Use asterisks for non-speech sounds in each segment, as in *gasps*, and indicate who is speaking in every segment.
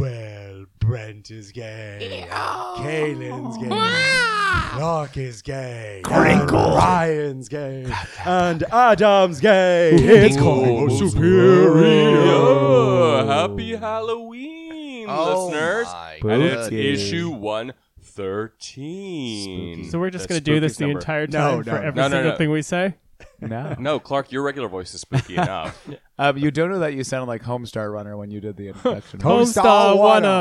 Speaker 1: Well, Brent is gay. Kaylin's gay. Lark is gay.
Speaker 2: Crinkle.
Speaker 1: And Ryan's gay. And Adam's gay. It's called Superior.
Speaker 3: Happy Halloween, listeners.
Speaker 2: Oh my
Speaker 3: And
Speaker 2: God.
Speaker 3: it's issue 113.
Speaker 4: So we're just
Speaker 3: That's
Speaker 4: going to do this
Speaker 3: spooky
Speaker 4: the
Speaker 3: number.
Speaker 4: entire
Speaker 1: No,
Speaker 4: time for
Speaker 1: no,
Speaker 4: every
Speaker 3: no, no,
Speaker 4: single
Speaker 3: no.
Speaker 4: thing we say?
Speaker 5: No.
Speaker 3: No, Clark, your regular voice is
Speaker 5: *laughs*
Speaker 3: spooky enough.
Speaker 5: Um, you don't know that you sounded like Homestar Runner when you did the introduction.
Speaker 1: Homestar
Speaker 4: Homestar
Speaker 1: one
Speaker 4: one
Speaker 1: *laughs*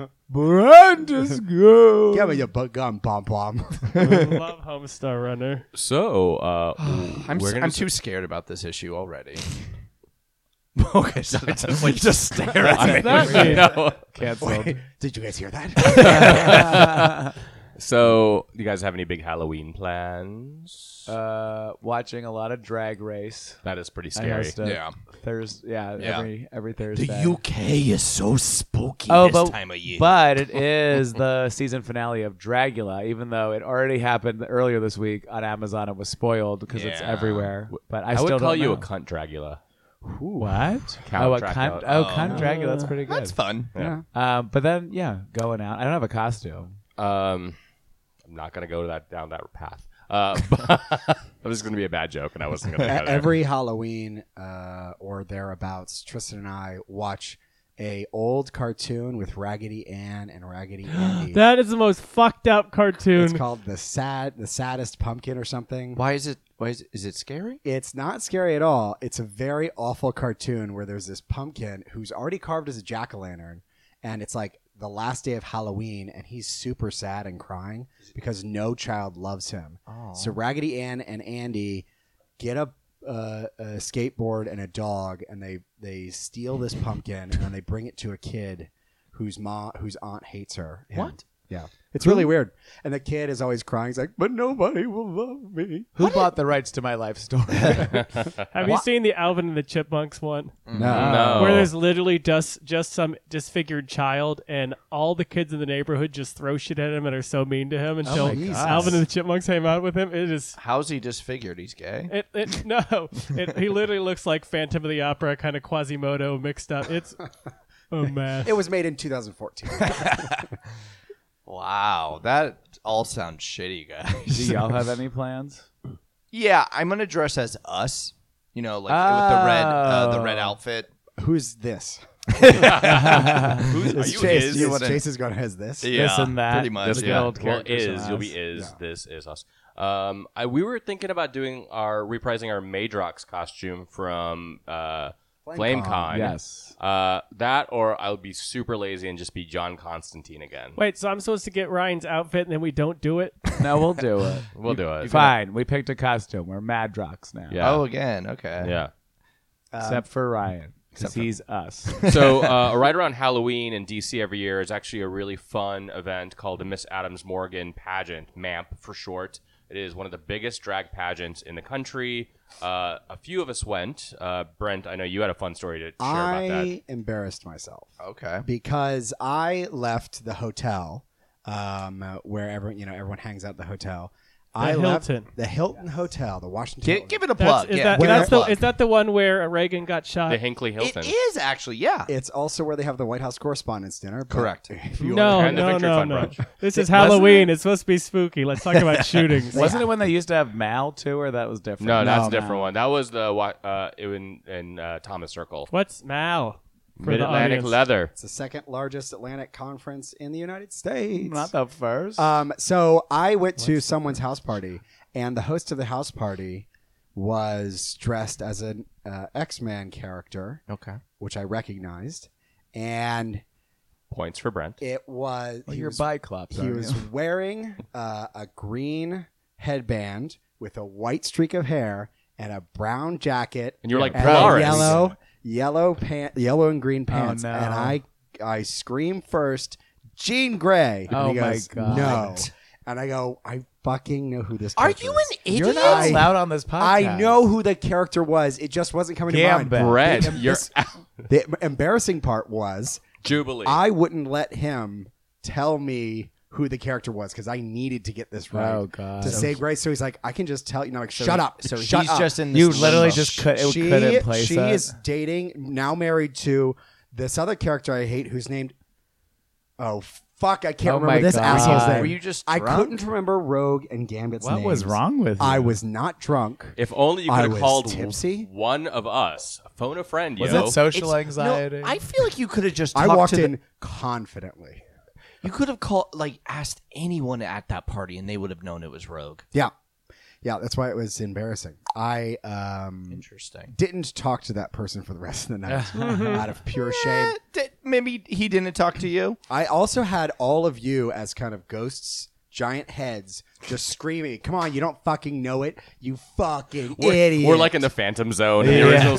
Speaker 1: up.
Speaker 5: Brand is good.
Speaker 1: Give me your butt gum, pom *laughs* pom.
Speaker 4: Love Homestar Runner.
Speaker 3: So, uh,
Speaker 2: *sighs* I'm,
Speaker 3: we're
Speaker 2: s-
Speaker 3: gonna
Speaker 2: I'm
Speaker 3: s-
Speaker 2: too scared about this issue
Speaker 3: *laughs*
Speaker 2: already. okay, so I *laughs* just, like, just stare at me.
Speaker 4: That
Speaker 5: *laughs*
Speaker 4: mean?
Speaker 3: No.
Speaker 5: Canceled.
Speaker 1: Did you guys hear *laughs* that?
Speaker 3: So, you guys have any big Halloween plans?
Speaker 5: Uh, watching a lot of Drag Race.
Speaker 3: that is pretty
Speaker 5: I
Speaker 3: scary.
Speaker 5: host a Thursday. Yeah,
Speaker 2: Yeah.
Speaker 5: Every every Thursday.
Speaker 2: The UK is so spooky
Speaker 5: Oh,
Speaker 2: this
Speaker 5: but-
Speaker 2: time of year.
Speaker 5: But
Speaker 2: *laughs*
Speaker 5: it is the season finale of Dragula, even though it already happened earlier this week on Amazon. It was spoiled because it's
Speaker 2: Yeah.
Speaker 5: everywhere. But I,
Speaker 3: I,
Speaker 5: still
Speaker 3: would call
Speaker 5: don't
Speaker 3: you a
Speaker 5: know.
Speaker 3: cunt Dragula.
Speaker 5: what?
Speaker 3: Count
Speaker 5: oh, a
Speaker 3: Dracula.
Speaker 5: cunt. Oh,
Speaker 2: Oh.
Speaker 5: cunt Dragula. That's pretty good.
Speaker 2: That's fun.
Speaker 5: Um, but then, yeah, going out. I don't have a costume.
Speaker 3: Um, I'm not gonna go to that down that path. Uh, *laughs* but that was gonna be a bad joke, and I *laughs* wasn't
Speaker 5: E-,
Speaker 3: gonna. Go
Speaker 6: At
Speaker 3: there.
Speaker 6: E-, every Halloween uh, or thereabouts, Tristan and I watch a old cartoon with Raggedy Ann and Raggedy Andy.
Speaker 4: That is the most fucked up
Speaker 6: it's
Speaker 4: cartoon.
Speaker 6: called the sad, the saddest pumpkin or something.
Speaker 2: Why is it? Why is it, is it scary?
Speaker 6: It's not scary at all. It's a very awful cartoon where there's this pumpkin who's already carved as a jack o' lantern, and it's like the last day of Halloween, and he's super sad and crying because no child loves him. So Raggedy Ann and Andy get a, uh, a skateboard and a dog, and they they steal this pumpkin and they bring it to a kid whose mom whose aunt hates her. him.
Speaker 2: What?
Speaker 6: Yeah, it's really weird. And the kid is always crying. He's like, "But nobody will love me."
Speaker 5: Who bought the rights to my life *laughs* story?
Speaker 3: Uh,
Speaker 4: Have you seen the Alvin and the Chipmunks one?
Speaker 5: uh,
Speaker 3: no,
Speaker 4: Where there's literally just just some disfigured child, and all the kids in the neighborhood just throw shit at him and are so mean to him until
Speaker 2: my Jesus.
Speaker 4: Alvin and the Chipmunks hang out with him. It is.
Speaker 2: How's he disfigured? He's gay.
Speaker 4: It, it *laughs* no, it, he literally looks like Phantom of the Opera, kind of Quasimodo mixed up. It's a mess.
Speaker 6: It was made in 2014.
Speaker 2: Wow, that all sounds shitty,
Speaker 5: Do
Speaker 2: guys. *laughs*
Speaker 5: y'all have any plans?
Speaker 2: yeah, I'm gonna dress as us. You know, like with the red, uh, the red
Speaker 5: Oh.
Speaker 2: outfit.
Speaker 6: *laughs* Who's this?
Speaker 3: Who's, are you
Speaker 6: Chase,
Speaker 3: is?
Speaker 6: you
Speaker 2: wouldn't-
Speaker 6: Chase is going has this.
Speaker 2: Yeah,
Speaker 5: This and that.
Speaker 2: Pretty much.
Speaker 3: That's
Speaker 5: That's
Speaker 2: yeah.
Speaker 3: yeah.
Speaker 5: good. old
Speaker 3: well,
Speaker 5: characters
Speaker 3: is
Speaker 5: on
Speaker 3: you'll be
Speaker 5: us.
Speaker 3: is this is us. Um, I, we were thinking about doing our reprising our Madrox costume from uh,
Speaker 6: Flamecon.
Speaker 3: FlameCon.
Speaker 5: Yes.
Speaker 3: Uh, that or I'll be super lazy and just be John Constantine again.
Speaker 4: Wait, so I'm supposed to get Ryan's outfit and then we don't do it?
Speaker 5: No, *laughs* we'll do it.
Speaker 3: We'll do it.
Speaker 5: Fine. We picked a costume. We're Madrox now.
Speaker 3: Yeah.
Speaker 2: Oh, again. Okay.
Speaker 3: Yeah.
Speaker 5: Um, Except for Ryan. Because he's *laughs* us.
Speaker 3: so uh, right around Halloween in DC every year is actually a really fun event called the Miss Adams Morgan pageant, MAMP for short. It is one of the biggest drag pageants in the country. Uh, a few of us went. Uh, Brent, I know you had a fun story to share about that.
Speaker 6: I embarrassed myself
Speaker 2: Okay.
Speaker 6: because I left the hotel um, where everyone, you know, everyone hangs out at the hotel. I
Speaker 4: Hilton.
Speaker 6: left the Hilton Hotel, the Washington.
Speaker 2: Give,
Speaker 6: Hilton.
Speaker 2: give it a
Speaker 4: That's,
Speaker 2: plug.
Speaker 4: is,
Speaker 2: yeah.
Speaker 4: that,
Speaker 2: give it a
Speaker 4: that's the,
Speaker 2: plug.
Speaker 4: is that the one where Reagan got shot?
Speaker 3: The Hinkley Hilton.
Speaker 2: It is actually. Yeah.
Speaker 6: It's also where they have the White House Correspondents' Dinner. but *laughs*
Speaker 2: Correct.
Speaker 6: if you
Speaker 4: no,
Speaker 3: And the
Speaker 4: no,
Speaker 3: Victory
Speaker 4: no,
Speaker 3: Fund
Speaker 4: no.
Speaker 3: brunch.
Speaker 5: *laughs*
Speaker 4: This is Halloween. It's supposed to be spooky. Let's talk about shootings.
Speaker 5: Wasn't it when they used to have Mal too, or that was different?
Speaker 3: No, that's a
Speaker 5: no.
Speaker 3: different one. That was the wa- uh, in, in uh, Thomas Circle.
Speaker 4: What's Mal? for the
Speaker 3: Mid Atlantic
Speaker 4: audience?
Speaker 3: Leather.
Speaker 6: It's the second largest Atlantic conference in the United States.
Speaker 5: Not the first.
Speaker 6: Um, so I went to someone's house party, and the host of the house party was dressed as an uh, X-Man character,
Speaker 2: Okay.
Speaker 6: which I recognized, and
Speaker 3: Points for Brent.
Speaker 6: it was
Speaker 5: well,
Speaker 6: he
Speaker 5: you're
Speaker 6: was,
Speaker 5: biclops.
Speaker 6: he
Speaker 5: aren't
Speaker 6: was
Speaker 5: *laughs* you?
Speaker 6: wearing uh, a green headband with a white streak of hair and a brown jacket
Speaker 3: And you're like,
Speaker 6: and
Speaker 3: Polaris.
Speaker 6: yellow yellow pant yellow and green pants,
Speaker 5: Oh, no.
Speaker 6: and I I scream first, Jean Grey.
Speaker 5: Oh,
Speaker 6: and he
Speaker 5: my
Speaker 6: goes,
Speaker 5: God.
Speaker 6: No, and I go, I fucking know who this.
Speaker 2: Are
Speaker 6: character
Speaker 2: you
Speaker 6: is."
Speaker 2: an idiot?
Speaker 5: You're not
Speaker 6: I-
Speaker 5: allowed on this podcast.
Speaker 6: I know who the character was. It just wasn't coming to
Speaker 5: Gambit.
Speaker 6: mind.
Speaker 3: Brent,
Speaker 6: Em-
Speaker 3: you're
Speaker 6: this- The embarrassing part was
Speaker 3: *laughs* Jubilee.
Speaker 6: I wouldn't let him tell me who the character was because I needed to get this right.
Speaker 5: Oh, God.
Speaker 6: To
Speaker 5: So
Speaker 6: save grace, so he's like, I can just tell you. No, like,
Speaker 2: So
Speaker 6: shut
Speaker 2: he-
Speaker 6: up.
Speaker 2: So
Speaker 6: shut
Speaker 2: he's
Speaker 6: up.
Speaker 2: just in. This
Speaker 5: You literally
Speaker 2: limbo.
Speaker 5: just could, it
Speaker 6: she
Speaker 5: couldn't place
Speaker 6: she
Speaker 5: it.
Speaker 6: is dating now married to this other character I hate, who's named Oh fuck! I can't
Speaker 5: Oh my
Speaker 6: remember this
Speaker 5: God.
Speaker 6: asshole's name.
Speaker 2: Were you just
Speaker 6: I
Speaker 2: drunk?
Speaker 6: couldn't remember Rogue and Gambit's
Speaker 7: What
Speaker 6: names.
Speaker 7: was wrong with
Speaker 6: I
Speaker 7: you?
Speaker 6: was not drunk.
Speaker 3: If only you
Speaker 6: I
Speaker 3: could have
Speaker 6: was
Speaker 3: called
Speaker 6: tipsy.
Speaker 3: one of us. Phone a friend,
Speaker 5: Was
Speaker 3: yo.
Speaker 5: that social
Speaker 2: It's- no,
Speaker 5: anxiety?
Speaker 2: I feel like you could have just.
Speaker 6: I
Speaker 2: talked
Speaker 6: walked
Speaker 2: to the-
Speaker 6: in confidently.
Speaker 2: you could have called, like, asked anyone at that party, and they would have known it was Rogue.
Speaker 6: Yeah, yeah. That's why it was embarrassing. I um
Speaker 2: Interesting.
Speaker 6: didn't talk to that person for the rest of the
Speaker 3: *laughs*
Speaker 6: night
Speaker 3: Mm-hmm.
Speaker 6: out of pure shame.
Speaker 2: Eh, maybe he didn't talk to you.
Speaker 6: I also had all of you as kind of ghosts, giant heads, just screaming, "Come on! You don't fucking know it, you fucking
Speaker 3: we're,
Speaker 6: idiot!"
Speaker 3: we're like in the Phantom Zone, in the original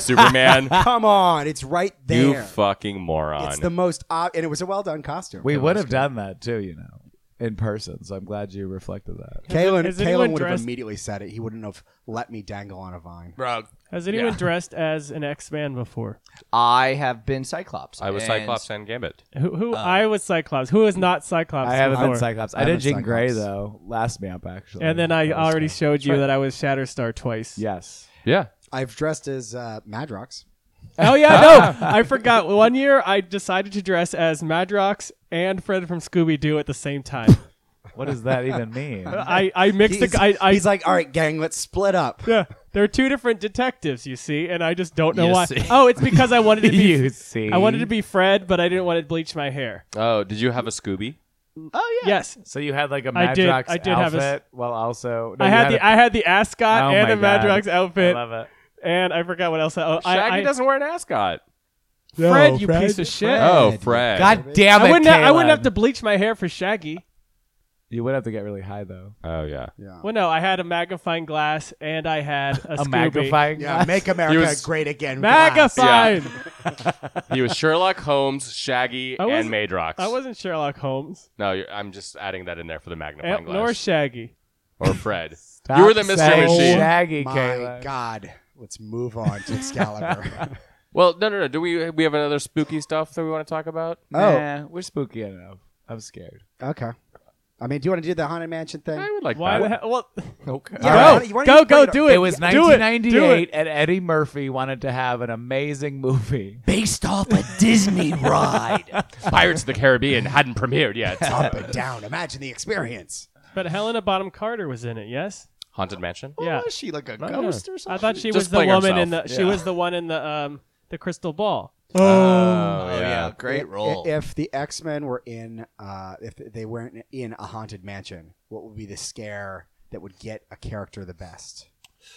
Speaker 6: *laughs*
Speaker 3: Superman.
Speaker 6: "Come on! It's right
Speaker 3: you
Speaker 6: there."
Speaker 3: fucking moron.
Speaker 6: it's the most ob- and it was a well done costume.
Speaker 5: we
Speaker 6: It
Speaker 5: would
Speaker 6: was
Speaker 5: have done that too, you know, in person. So I'm glad you reflected that.
Speaker 6: good. Kalen,
Speaker 4: Has
Speaker 6: Kalen
Speaker 4: anyone
Speaker 6: would have
Speaker 4: dressed-
Speaker 6: immediately said it. He wouldn't have let me dangle on a vine.
Speaker 2: Rogue.
Speaker 4: Has anyone
Speaker 2: Yeah.
Speaker 4: dressed as an X Man before?
Speaker 2: I have been Cyclops.
Speaker 3: I was
Speaker 2: and- *laughs*
Speaker 3: Cyclops and Gambit.
Speaker 4: Who, who I was Cyclops. Who was not Cyclops?
Speaker 5: Uh, I haven't
Speaker 4: before?
Speaker 5: been Cyclops. I,
Speaker 6: I
Speaker 5: did
Speaker 6: haven't
Speaker 5: Jean Grey
Speaker 6: Cyclops.
Speaker 5: though. Last map actually.
Speaker 4: And then I
Speaker 5: That was
Speaker 4: already
Speaker 5: good.
Speaker 4: showed you that I was Shatterstar twice.
Speaker 5: Yes.
Speaker 3: Yeah.
Speaker 6: I've dressed as uh, Madrox.
Speaker 4: Oh yeah,
Speaker 5: *laughs*
Speaker 4: no, I forgot. One year I decided to dress as Madrox and Fred from Scooby Doo at the same time.
Speaker 5: What does that
Speaker 4: *laughs*
Speaker 5: even mean?
Speaker 4: I I mixed
Speaker 6: He's,
Speaker 4: the. I, I
Speaker 6: he's like, "All right, gang, let's split up."
Speaker 4: yeah, there are two different detectives, you see, and I just don't know
Speaker 2: You
Speaker 4: why.
Speaker 2: see.
Speaker 4: Oh, it's because I wanted to
Speaker 5: *laughs*
Speaker 4: be.
Speaker 5: you see.
Speaker 4: I wanted to be Fred, but I didn't want to bleach my hair.
Speaker 3: Oh, did you have a Scooby?
Speaker 5: Oh
Speaker 4: Yes,
Speaker 5: So you had like a Madrox
Speaker 4: I did- I did have
Speaker 5: outfit,
Speaker 4: a s-
Speaker 5: while also no,
Speaker 4: I
Speaker 5: you
Speaker 4: had the
Speaker 5: a-
Speaker 4: I had the ascot
Speaker 5: Oh
Speaker 4: and a
Speaker 5: my God.
Speaker 4: Madrox outfit,
Speaker 5: I love it.
Speaker 4: and I forgot what else. I, oh,
Speaker 3: Shaggy
Speaker 4: I, I,
Speaker 3: doesn't wear an ascot.
Speaker 4: Fred,
Speaker 7: No,
Speaker 4: you
Speaker 7: Fred.
Speaker 4: piece of shit.
Speaker 3: Oh, Fred.
Speaker 5: God damn it!
Speaker 4: I wouldn't. ha- I
Speaker 5: Caleb.
Speaker 4: wouldn't have to bleach my hair for Shaggy.
Speaker 5: You would have to get really high though.
Speaker 3: Oh yeah.
Speaker 6: Yeah,
Speaker 4: Well, no, I had a magnifying glass and I had a,
Speaker 5: A
Speaker 4: Scooby.
Speaker 5: magnifying.
Speaker 6: yeah. Make America
Speaker 3: was-
Speaker 6: great again. glass.
Speaker 4: Magnifying.
Speaker 3: *laughs* He was Sherlock Holmes, Shaggy,
Speaker 4: I
Speaker 3: and
Speaker 4: wasn't-
Speaker 3: Madrox.
Speaker 4: I wasn't Sherlock Holmes
Speaker 3: No, you're, I'm just adding that in there for the magnifying
Speaker 4: and, nor
Speaker 3: glass.
Speaker 4: Shaggy.
Speaker 3: or Fred. you were the
Speaker 5: Stop
Speaker 3: mystery
Speaker 5: saying
Speaker 3: machine.
Speaker 5: Shaggy
Speaker 6: My
Speaker 5: Caleb.
Speaker 6: God, let's move on to Excalibur.
Speaker 3: Well, no, no, no. Do we we have another spooky stuff that we want to talk about?
Speaker 5: Nah, we're spooky enough. I'm scared.
Speaker 6: *laughs* Okay. I mean, do you want to do the haunted mansion thing?
Speaker 3: I would like
Speaker 4: Why? The
Speaker 3: that.
Speaker 4: hell, well,
Speaker 5: Okay.
Speaker 6: Yeah,
Speaker 4: go,
Speaker 6: why don't you- why don't
Speaker 4: go,
Speaker 6: you
Speaker 4: go,
Speaker 6: bring it
Speaker 4: do
Speaker 5: It,
Speaker 4: it.
Speaker 5: was
Speaker 4: Do Do it.
Speaker 5: 1998, and Eddie Murphy wanted to have an amazing movie.
Speaker 2: Based off a *laughs* Disney ride.
Speaker 3: Pirates of the Caribbean hadn't premiered yet.
Speaker 6: Up and down. Imagine the experience.
Speaker 4: But Helena Bonham Carter was in it. Yes.
Speaker 3: Haunted Mansion.
Speaker 4: Yeah.
Speaker 2: Was she like a ghost or something?
Speaker 4: I thought she
Speaker 3: Just
Speaker 4: was the
Speaker 3: playing
Speaker 4: woman in the.
Speaker 3: herself.
Speaker 4: She was the one in the um the crystal ball.
Speaker 2: Oh, yeah.
Speaker 6: I-
Speaker 2: Great
Speaker 6: i-
Speaker 2: role.
Speaker 6: If the X Men were in, uh, if they weren't in a haunted mansion, what would be the scare that would get a character the best?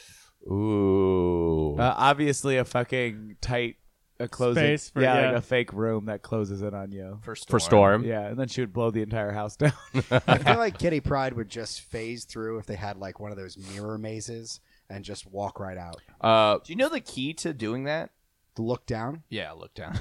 Speaker 3: *laughs* Ooh.
Speaker 5: Uh, obviously, a fucking tight, a closing,
Speaker 4: Space for-
Speaker 5: yeah, like
Speaker 4: yeah.
Speaker 5: a fake room that closes in on you.
Speaker 2: for Storm.
Speaker 3: for Storm.
Speaker 5: Yeah, and then she would blow the entire house down.
Speaker 6: I feel like Kitty Pride would just phase through if they had like one of those mirror mazes and just walk right out.
Speaker 3: Uh,
Speaker 2: Do you know the key to doing that?
Speaker 6: Look down.
Speaker 2: Yeah, look down.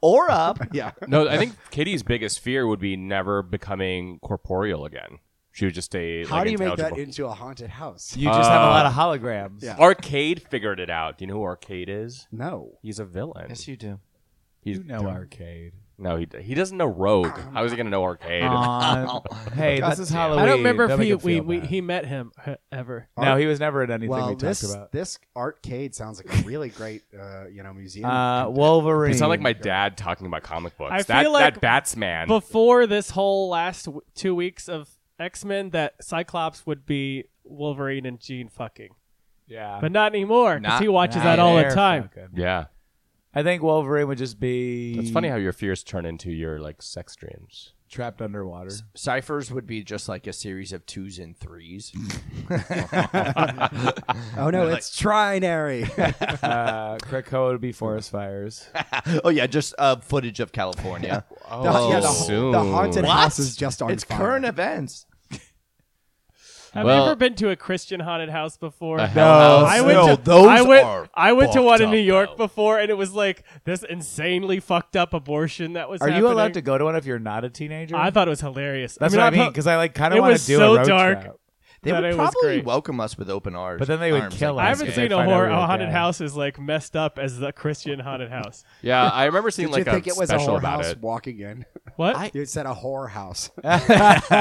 Speaker 2: or up.
Speaker 6: Yeah.
Speaker 3: no, I think Kitty's biggest fear would be never becoming corporeal again. She would just stay.
Speaker 6: How
Speaker 3: like,
Speaker 6: do you make that
Speaker 3: intelligible.
Speaker 6: into a haunted house?
Speaker 5: *laughs* You just have a
Speaker 3: Uh,
Speaker 5: lot of holograms.
Speaker 6: Yeah.
Speaker 3: Arcade figured it out. Do you know who Arcade is?
Speaker 6: No.
Speaker 3: He's a villain.
Speaker 2: *laughs* Yes, you do.
Speaker 3: He's,
Speaker 5: You know arcade.
Speaker 3: No, he, he doesn't know Rogue. How is he going to know Arcade?
Speaker 5: Aw, *laughs* hey, this is Halloween.
Speaker 4: I don't remember if
Speaker 5: make
Speaker 4: he
Speaker 5: him
Speaker 4: we,
Speaker 5: feel
Speaker 4: we
Speaker 5: bad.
Speaker 4: he met him uh, ever.
Speaker 5: No, he was never in anything we
Speaker 6: Well,
Speaker 5: talked
Speaker 6: this
Speaker 5: about.
Speaker 6: this arcade sounds like a really great, uh, you know, museum.
Speaker 5: Uh, Wolverine.
Speaker 3: You sound like my dad talking about comic books.
Speaker 4: I
Speaker 3: that,
Speaker 4: feel like
Speaker 3: that Batsman.
Speaker 4: Before this whole last w- two weeks of X Men, that Cyclops would be Wolverine and Jean fucking,
Speaker 5: Yeah.
Speaker 4: but not anymore because
Speaker 2: Not-
Speaker 4: he watches
Speaker 5: Nah,
Speaker 4: that all the
Speaker 5: they're
Speaker 4: time.
Speaker 5: fucking-
Speaker 3: yeah.
Speaker 5: I think Wolverine would just be.
Speaker 3: It's funny how your fears turn into your like sex dreams.
Speaker 5: trapped underwater.
Speaker 2: Ciphers would be just like a series of twos and threes. *laughs*
Speaker 6: oh no, it's *laughs* trinary. Oh,
Speaker 5: *laughs* uh, Krakoa would be forest fires.
Speaker 2: oh yeah, just uh, footage of *laughs* California.
Speaker 6: The,
Speaker 3: Oh,
Speaker 6: yeah, the,
Speaker 3: soon.
Speaker 6: the haunted
Speaker 2: What?
Speaker 6: house is just on
Speaker 2: it's
Speaker 6: fire.
Speaker 2: current events.
Speaker 4: Have
Speaker 3: Well-
Speaker 4: you ever been to a Christian haunted house before?
Speaker 3: The hell
Speaker 4: I
Speaker 3: house.
Speaker 4: went
Speaker 2: No,
Speaker 4: to,
Speaker 2: those
Speaker 4: I went,
Speaker 2: are
Speaker 4: I went to
Speaker 2: fucked
Speaker 4: one in
Speaker 2: up,
Speaker 4: New York
Speaker 2: though.
Speaker 4: before, and it was like this insanely fucked up abortion that was.
Speaker 5: Are you
Speaker 4: happening.
Speaker 5: allowed to go to one if you're not a teenager?
Speaker 4: I thought it was hilarious.
Speaker 5: That's
Speaker 4: I mean,
Speaker 5: what I mean
Speaker 4: I've-
Speaker 5: because I like kind
Speaker 4: it
Speaker 5: of want
Speaker 4: was
Speaker 5: to do
Speaker 4: so
Speaker 5: a road
Speaker 4: dark.
Speaker 5: trip.
Speaker 2: They
Speaker 4: That
Speaker 2: would
Speaker 4: it was
Speaker 2: probably
Speaker 4: great.
Speaker 2: welcome us with open arms.
Speaker 5: But then they would
Speaker 2: arms,
Speaker 5: kill
Speaker 4: I
Speaker 2: I
Speaker 5: us.
Speaker 2: guess.
Speaker 4: haven't
Speaker 5: if
Speaker 4: seen
Speaker 5: they
Speaker 4: a
Speaker 5: find out
Speaker 4: horror
Speaker 5: we were
Speaker 4: a haunted
Speaker 5: gay.
Speaker 4: house as like messed up as the Christian haunted house.
Speaker 3: Yeah, I remember seeing
Speaker 6: Did
Speaker 3: like
Speaker 6: you think
Speaker 3: a
Speaker 6: it was a
Speaker 3: special
Speaker 6: whorehouse Oh,
Speaker 3: about it.
Speaker 6: walking *laughs* in?
Speaker 4: What?
Speaker 6: You said a whore house.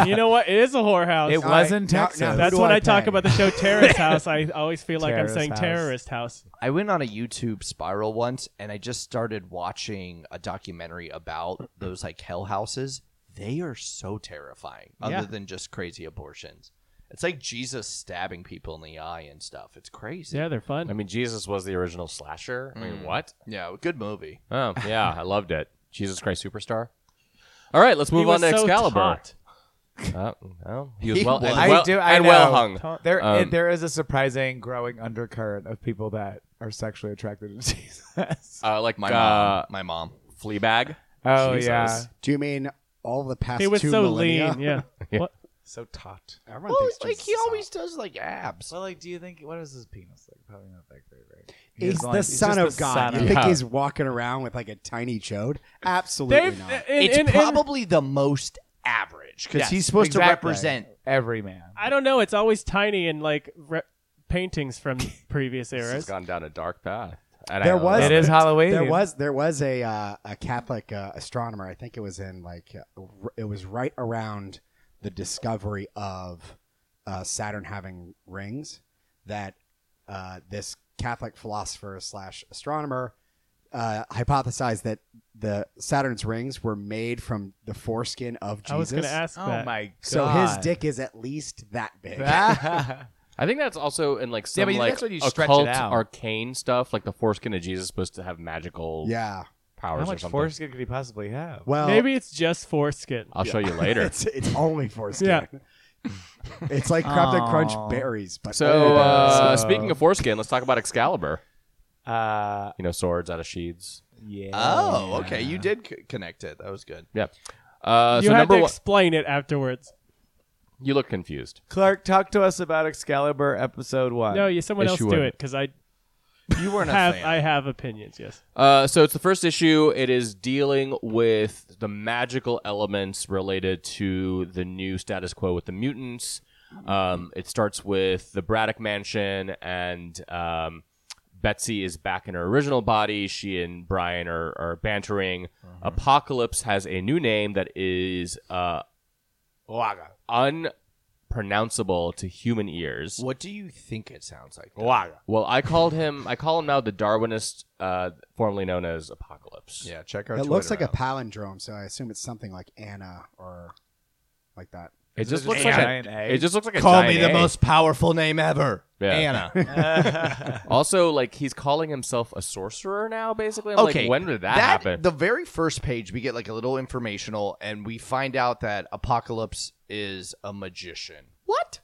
Speaker 4: you know what? It is a whorehouse.
Speaker 5: It was in
Speaker 6: Alright, now-
Speaker 5: Texas.
Speaker 6: now-
Speaker 4: That's
Speaker 6: Who
Speaker 4: when
Speaker 6: I
Speaker 4: I, talk
Speaker 6: pay?
Speaker 4: about the show Terrorist House. I always feel like
Speaker 5: Terrorist
Speaker 4: I'm saying
Speaker 5: House.
Speaker 4: Terrorist House.
Speaker 2: I went on a YouTube spiral once and I just started watching a documentary about those like hell houses they are so terrifying. Other
Speaker 4: Yeah.
Speaker 2: than just crazy abortions, it's like Jesus stabbing people in the eye and stuff. It's crazy.
Speaker 4: Yeah, they're fun.
Speaker 3: I mean, Jesus was the original slasher. I mean,
Speaker 2: Mm.
Speaker 3: what?
Speaker 2: Yeah, good movie.
Speaker 3: *laughs* Oh, yeah, I loved it. Jesus Christ Superstar. All right, let's move on
Speaker 4: was
Speaker 3: to
Speaker 4: so
Speaker 3: Excalibur.
Speaker 4: taut.
Speaker 3: Uh, well, *laughs* he was
Speaker 2: He
Speaker 3: well,
Speaker 2: was.
Speaker 3: and
Speaker 5: I
Speaker 3: well,
Speaker 5: do- I
Speaker 3: and well
Speaker 5: know.
Speaker 3: hung.
Speaker 4: Taunt.
Speaker 5: There,
Speaker 3: Um,
Speaker 5: it- there is a surprising growing undercurrent of people that are sexually attracted to *laughs* Jesus.
Speaker 2: Uh, like my
Speaker 3: Uh,
Speaker 2: mom. My mom.
Speaker 3: Fleabag.
Speaker 5: Oh
Speaker 3: Jesus.
Speaker 5: yeah,
Speaker 6: Do you mean all the past
Speaker 4: He was
Speaker 6: two
Speaker 4: so
Speaker 6: millennia?
Speaker 4: lean. Yeah. What?
Speaker 5: so taut.
Speaker 6: *laughs* Everyone thinks Jesus is hot.
Speaker 2: does like abs.
Speaker 5: Well, like, do you think what is his penis like? Probably not that great, right?
Speaker 6: He's the son of God. you think
Speaker 3: Yeah.
Speaker 6: he's walking around with like a tiny chode? Absolutely
Speaker 4: They've,
Speaker 6: not.
Speaker 4: in-
Speaker 2: it's
Speaker 4: in- in-
Speaker 2: probably the most average because he's supposed to represent.
Speaker 5: every man.
Speaker 4: I don't know. It's always tiny and like re- paintings from previous
Speaker 3: This has
Speaker 4: eras.
Speaker 3: gone down a dark path. And
Speaker 6: There
Speaker 3: I
Speaker 6: was-
Speaker 5: It
Speaker 3: love
Speaker 5: is Halloween.
Speaker 6: There was there was a uh, a Catholic uh, astronomer. I think it was in like uh, r- it was right around the discovery of uh, Saturn having rings that uh, this Catholic philosopher slash astronomer uh, hypothesized that the Saturn's rings were made from the foreskin of Jesus.
Speaker 4: I was going to ask
Speaker 5: Oh
Speaker 4: that.
Speaker 5: my god.
Speaker 6: so his dick is at least that big. *laughs*
Speaker 5: *laughs*
Speaker 3: I think that's also in like some
Speaker 5: but
Speaker 3: like
Speaker 5: that's when you stretch it
Speaker 3: occult
Speaker 5: out.
Speaker 3: arcane stuff. Like the foreskin of Jesus is supposed to have magical
Speaker 6: yeah.
Speaker 3: powers
Speaker 5: How
Speaker 3: or
Speaker 5: much
Speaker 3: something.
Speaker 5: foreskin could he possibly have?
Speaker 6: Well,
Speaker 4: Maybe it's just foreskin.
Speaker 3: I'll show you
Speaker 5: *laughs*
Speaker 3: later.
Speaker 6: It's it's only foreskin. *laughs*
Speaker 4: Yeah.
Speaker 6: It's like Crop
Speaker 5: Aw.
Speaker 6: Crunch berries, but
Speaker 3: so
Speaker 6: older.
Speaker 3: uh,
Speaker 5: Uh,
Speaker 3: speaking of foreskin, let's talk about Excalibur.
Speaker 5: Uh,
Speaker 3: You know, swords out of sheaths.
Speaker 5: yeah.
Speaker 2: oh, okay. You did c- connect it. That
Speaker 4: *laughs*
Speaker 2: was good.
Speaker 3: Yeah. Uh,
Speaker 4: you
Speaker 3: so
Speaker 4: have
Speaker 3: number
Speaker 4: to
Speaker 3: one,
Speaker 4: explain it afterwards.
Speaker 3: you look confused.
Speaker 5: Clark, talk to us about Excalibur episode one.
Speaker 4: No, you, someone
Speaker 3: Yes,
Speaker 4: else
Speaker 3: you
Speaker 4: do
Speaker 3: would.
Speaker 4: it because I
Speaker 2: You weren't a
Speaker 4: have
Speaker 2: fan.
Speaker 4: I have opinions. Yes.
Speaker 3: Uh, so it's the first issue. It is dealing with the magical elements related to the new status quo with the mutants. Um, it starts with the Braddock Mansion, and um, Betsy is back in her original body. She and Brian are, are bantering.
Speaker 2: Mm-hmm.
Speaker 3: Apocalypse has a new name that is uh, unpronounceable to human ears.
Speaker 2: What do you think it sounds like?
Speaker 3: Well, I called him. I call him now the Darwinist, uh, formerly known as Apocalypse.
Speaker 2: Yeah, check our.
Speaker 6: it looks like
Speaker 2: Twitter
Speaker 6: a
Speaker 2: out.
Speaker 6: palindrome, so I assume it's something like Anna or like that.
Speaker 3: It just
Speaker 5: it
Speaker 3: looks
Speaker 5: just
Speaker 3: like
Speaker 5: a
Speaker 3: a,
Speaker 5: giant egg?
Speaker 3: it just looks like a
Speaker 2: Call
Speaker 3: giant
Speaker 2: me the
Speaker 3: egg.
Speaker 2: most powerful name ever,
Speaker 3: eh? Yeah.
Speaker 2: Anna.
Speaker 3: *laughs* Also, like he's calling himself a sorcerer now. Basically, I'm
Speaker 2: okay,
Speaker 3: like, when did that, happen?
Speaker 2: The very first page, we get like a little informational, and we find out that Apocalypse is a magician. What?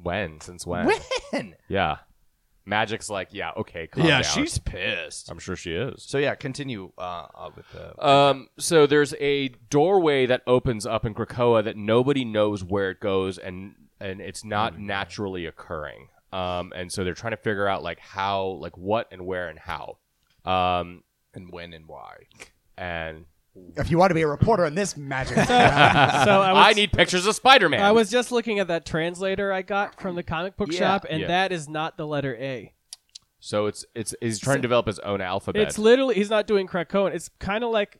Speaker 3: when? Since when?
Speaker 2: When?
Speaker 3: Yeah, magic's like, yeah, okay, calm down.
Speaker 2: pissed.
Speaker 3: I'm sure she is.
Speaker 2: So yeah, continue uh, uh, with the.
Speaker 3: Um, so there's a doorway that opens up in Krakoa that nobody knows where it goes, and and it's not naturally occurring. Um, and so they're trying to figure out like how, like what, and where, and how. Um,
Speaker 2: and when and why.
Speaker 3: and Mm-hmm.
Speaker 6: If you want to be a reporter on this
Speaker 3: *laughs*
Speaker 6: magic,
Speaker 4: so I
Speaker 3: I,
Speaker 4: was,
Speaker 3: need pictures of Spider-Man.
Speaker 4: I was just looking at that translator I got from the comic book
Speaker 2: Yeah.
Speaker 4: shop, and
Speaker 3: Yeah.
Speaker 4: that is not the letter A.
Speaker 3: so it's it's he's trying to develop his own alphabet.
Speaker 4: It's literally he's not doing Krakoan. It's kind of like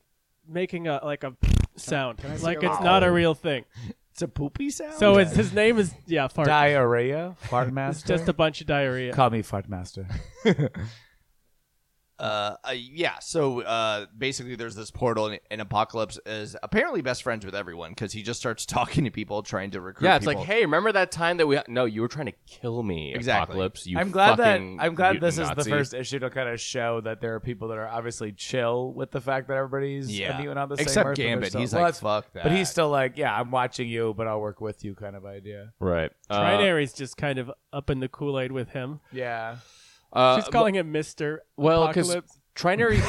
Speaker 4: making a like a sound,
Speaker 6: can I see
Speaker 4: like
Speaker 6: a
Speaker 4: it's
Speaker 6: vowel?
Speaker 4: not a real thing.
Speaker 2: It's a poopy sound.
Speaker 4: So it's, his name is yeah fart.
Speaker 5: diarrhea. Fart
Speaker 4: it's
Speaker 5: master.
Speaker 4: just a bunch of diarrhea.
Speaker 5: Call me fart
Speaker 2: *laughs*
Speaker 5: master.
Speaker 2: uh, uh, yeah. So uh, basically, there's this portal, and, and Apocalypse is apparently best friends with everyone because he just starts *laughs* talking to people, trying to recruit.
Speaker 3: yeah, it's
Speaker 2: people.
Speaker 3: like, hey, remember that time that we? No, you were trying to kill me,
Speaker 2: Exactly.
Speaker 3: Apocalypse. You
Speaker 5: I'm glad that
Speaker 3: fucking
Speaker 5: I'm glad this is
Speaker 3: mutant
Speaker 5: the
Speaker 3: Nazi.
Speaker 5: first issue to kind of show that there are people that are obviously chill with the fact that everybody's
Speaker 2: Yeah.
Speaker 5: a mutant on the same
Speaker 2: Except
Speaker 5: Earth, but they're
Speaker 2: Gambit.
Speaker 5: still-
Speaker 2: He's
Speaker 5: well,
Speaker 2: like,
Speaker 5: that's-
Speaker 2: fuck that.
Speaker 5: But he's still like, yeah, I'm watching you, but I'll work with you, kind of idea.
Speaker 3: right. Uh,
Speaker 4: Trinari's just kind of up in the Kool Aid with him.
Speaker 5: Yeah.
Speaker 3: uh,
Speaker 4: She's calling him Mister
Speaker 3: well, because
Speaker 4: Apocalypse.
Speaker 3: Trinary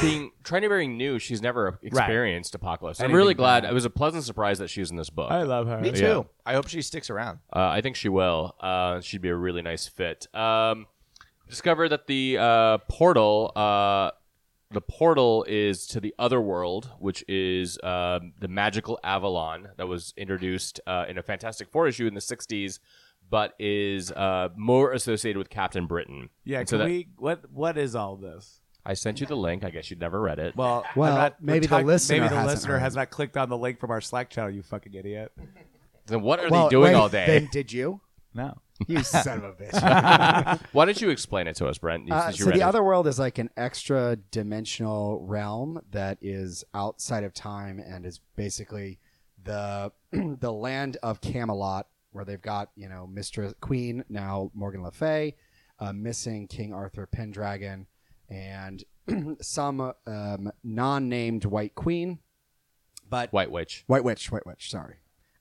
Speaker 5: *laughs*
Speaker 3: being Trinary being new, she's never experienced Apocalypse. I'm
Speaker 5: Anything
Speaker 3: really glad.
Speaker 5: bad.
Speaker 3: It was a pleasant surprise that she was in this book.
Speaker 5: I love her.
Speaker 2: Me too.
Speaker 3: Uh, Yeah.
Speaker 2: I hope she sticks around.
Speaker 3: Uh, I think she will. Uh, she'd be a really nice fit. Um, discover that the uh, portal, uh, the portal is to the other world, which is um the magical Avalon that was introduced uh, in a Fantastic Four issue in the '60s, but is uh, more associated with Captain Britain.
Speaker 5: Yeah,
Speaker 3: And
Speaker 5: can
Speaker 3: that-
Speaker 5: we? What What is all this?
Speaker 3: I sent you the link. I guess you'd never read it.
Speaker 5: Well,
Speaker 6: Well,
Speaker 5: I'm not- we're
Speaker 6: maybe the
Speaker 5: talking-
Speaker 6: listener
Speaker 5: maybe the
Speaker 6: hasn't
Speaker 5: listener
Speaker 6: heard.
Speaker 5: has not clicked on the link from our Slack channel. You fucking idiot.
Speaker 3: then what are
Speaker 6: Well,
Speaker 3: they doing
Speaker 6: wait,
Speaker 3: all day?
Speaker 6: Then did you?
Speaker 5: No.
Speaker 6: You son of
Speaker 3: *laughs*
Speaker 6: a bitch.
Speaker 3: Why don't you explain it to us, Brent?
Speaker 6: Uh,
Speaker 3: since you
Speaker 6: so
Speaker 3: read
Speaker 6: the
Speaker 3: it.
Speaker 6: other world is like an extra dimensional realm that is outside of time and is basically the *clears throat* the land of Camelot, where they've got you know Mistress Queen now Morgan Le Fay, uh, missing King Arthur Pendragon, and *clears throat* some um, non-named White Queen, but
Speaker 3: White Witch.
Speaker 6: White Witch, White Witch. Sorry,